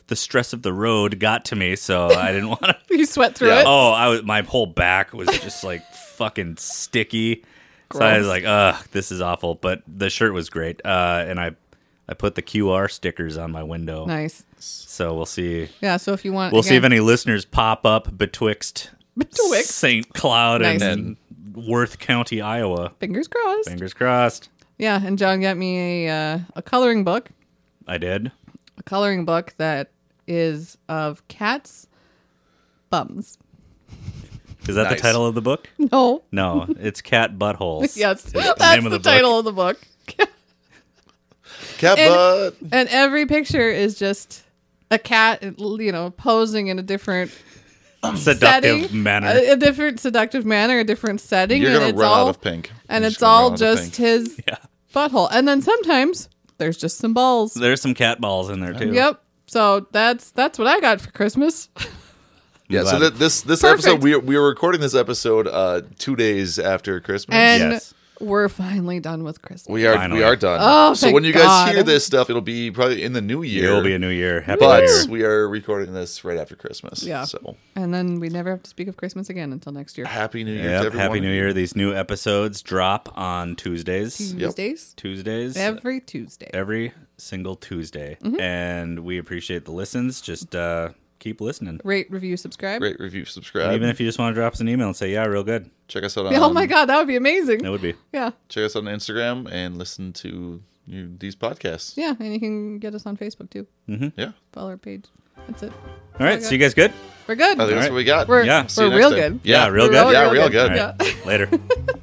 [SPEAKER 3] the stress of the road got to me, so I didn't want to.
[SPEAKER 2] You sweat through
[SPEAKER 1] Yeah.
[SPEAKER 2] it.
[SPEAKER 3] Oh, I was, my whole back was just like fucking sticky. So I was
[SPEAKER 2] Gross.
[SPEAKER 3] like, "Ugh, this is awful." But the shirt was great, uh, and I, I put the QR stickers on my window.
[SPEAKER 2] Nice.
[SPEAKER 3] So we'll see.
[SPEAKER 2] Yeah. So if you want,
[SPEAKER 3] We'll see if
[SPEAKER 2] again,
[SPEAKER 3] any listeners pop up betwixt
[SPEAKER 2] Betwixt.
[SPEAKER 3] St. Cloud
[SPEAKER 2] Nice.
[SPEAKER 3] and Worth County, Iowa.
[SPEAKER 2] fingers crossed.
[SPEAKER 3] Fingers crossed.
[SPEAKER 2] Yeah. And John got me a uh, a coloring book,
[SPEAKER 3] I did.
[SPEAKER 2] a coloring book that is of cats' bums.
[SPEAKER 3] Is that
[SPEAKER 1] Nice.
[SPEAKER 3] the title of the book?
[SPEAKER 2] No.
[SPEAKER 3] No, it's cat buttholes.
[SPEAKER 2] Yes,
[SPEAKER 3] It's
[SPEAKER 2] that's
[SPEAKER 3] name
[SPEAKER 2] the,
[SPEAKER 3] of book.
[SPEAKER 2] title of the book.
[SPEAKER 1] Cat
[SPEAKER 2] And-
[SPEAKER 1] butt.
[SPEAKER 2] and every picture is just a cat, you know, posing in a different
[SPEAKER 3] Seductive
[SPEAKER 2] setting, Uh,
[SPEAKER 3] manner.
[SPEAKER 2] a, a different seductive manner, a different setting,
[SPEAKER 1] You're
[SPEAKER 2] and
[SPEAKER 1] gonna
[SPEAKER 2] it's
[SPEAKER 1] run
[SPEAKER 2] all
[SPEAKER 1] out of pink.
[SPEAKER 2] and
[SPEAKER 1] You're
[SPEAKER 2] it's
[SPEAKER 1] gonna run
[SPEAKER 2] all
[SPEAKER 1] out of
[SPEAKER 2] just
[SPEAKER 1] pink.
[SPEAKER 2] his
[SPEAKER 3] yeah,
[SPEAKER 2] butthole. And then sometimes there's just some balls.
[SPEAKER 3] there's some cat balls in there too.
[SPEAKER 2] Yep. So that's that's what I got for Christmas.
[SPEAKER 1] yeah. So
[SPEAKER 3] Glad.
[SPEAKER 1] that this this
[SPEAKER 2] Perfect.
[SPEAKER 1] episode we we were recording this episode uh two days after Christmas.
[SPEAKER 2] And
[SPEAKER 3] Yes.
[SPEAKER 2] we're finally done with Christmas.
[SPEAKER 1] we are
[SPEAKER 3] Finally.
[SPEAKER 1] we are done.
[SPEAKER 2] Oh,
[SPEAKER 1] so
[SPEAKER 2] thank
[SPEAKER 1] when you guys
[SPEAKER 2] God.
[SPEAKER 1] hear this stuff, it'll be probably in the new year.
[SPEAKER 3] It will be a new year. Happy New
[SPEAKER 1] but
[SPEAKER 3] Year.
[SPEAKER 1] we are recording this right after Christmas.
[SPEAKER 2] Yeah.
[SPEAKER 1] So
[SPEAKER 2] and then we never have to speak of Christmas again until next year.
[SPEAKER 1] happy New Year to
[SPEAKER 3] Yep,
[SPEAKER 1] everyone.
[SPEAKER 3] Happy New Year. These new episodes drop on Tuesdays.
[SPEAKER 2] Tuesdays.
[SPEAKER 3] Tuesdays.
[SPEAKER 2] Every Tuesday.
[SPEAKER 3] every single Tuesday.
[SPEAKER 2] Mm-hmm.
[SPEAKER 3] And we appreciate the listens. Just uh, keep listening.
[SPEAKER 2] Rate, review, subscribe.
[SPEAKER 1] Great review, subscribe.
[SPEAKER 3] Even if you just want to drop us an email and say, yeah, real good.
[SPEAKER 1] check us out on
[SPEAKER 2] Oh my god, that would be amazing.
[SPEAKER 3] Um, That would be.
[SPEAKER 2] Yeah.
[SPEAKER 1] check us out on Instagram and listen to you, these podcasts.
[SPEAKER 2] Yeah. And you can get us on Facebook too.
[SPEAKER 1] Yeah.
[SPEAKER 2] Follow our page. That's it.
[SPEAKER 3] All right.
[SPEAKER 2] Okay.
[SPEAKER 3] So you guys good?
[SPEAKER 2] We're good.
[SPEAKER 1] I think that's
[SPEAKER 3] right.
[SPEAKER 1] what we got.
[SPEAKER 2] We're,
[SPEAKER 3] Yeah.
[SPEAKER 1] See you
[SPEAKER 2] we're
[SPEAKER 1] next
[SPEAKER 2] real
[SPEAKER 1] time.
[SPEAKER 2] good.
[SPEAKER 1] Yeah,
[SPEAKER 3] real
[SPEAKER 2] We're
[SPEAKER 3] good.
[SPEAKER 1] Yeah, real good.
[SPEAKER 3] All right. Later.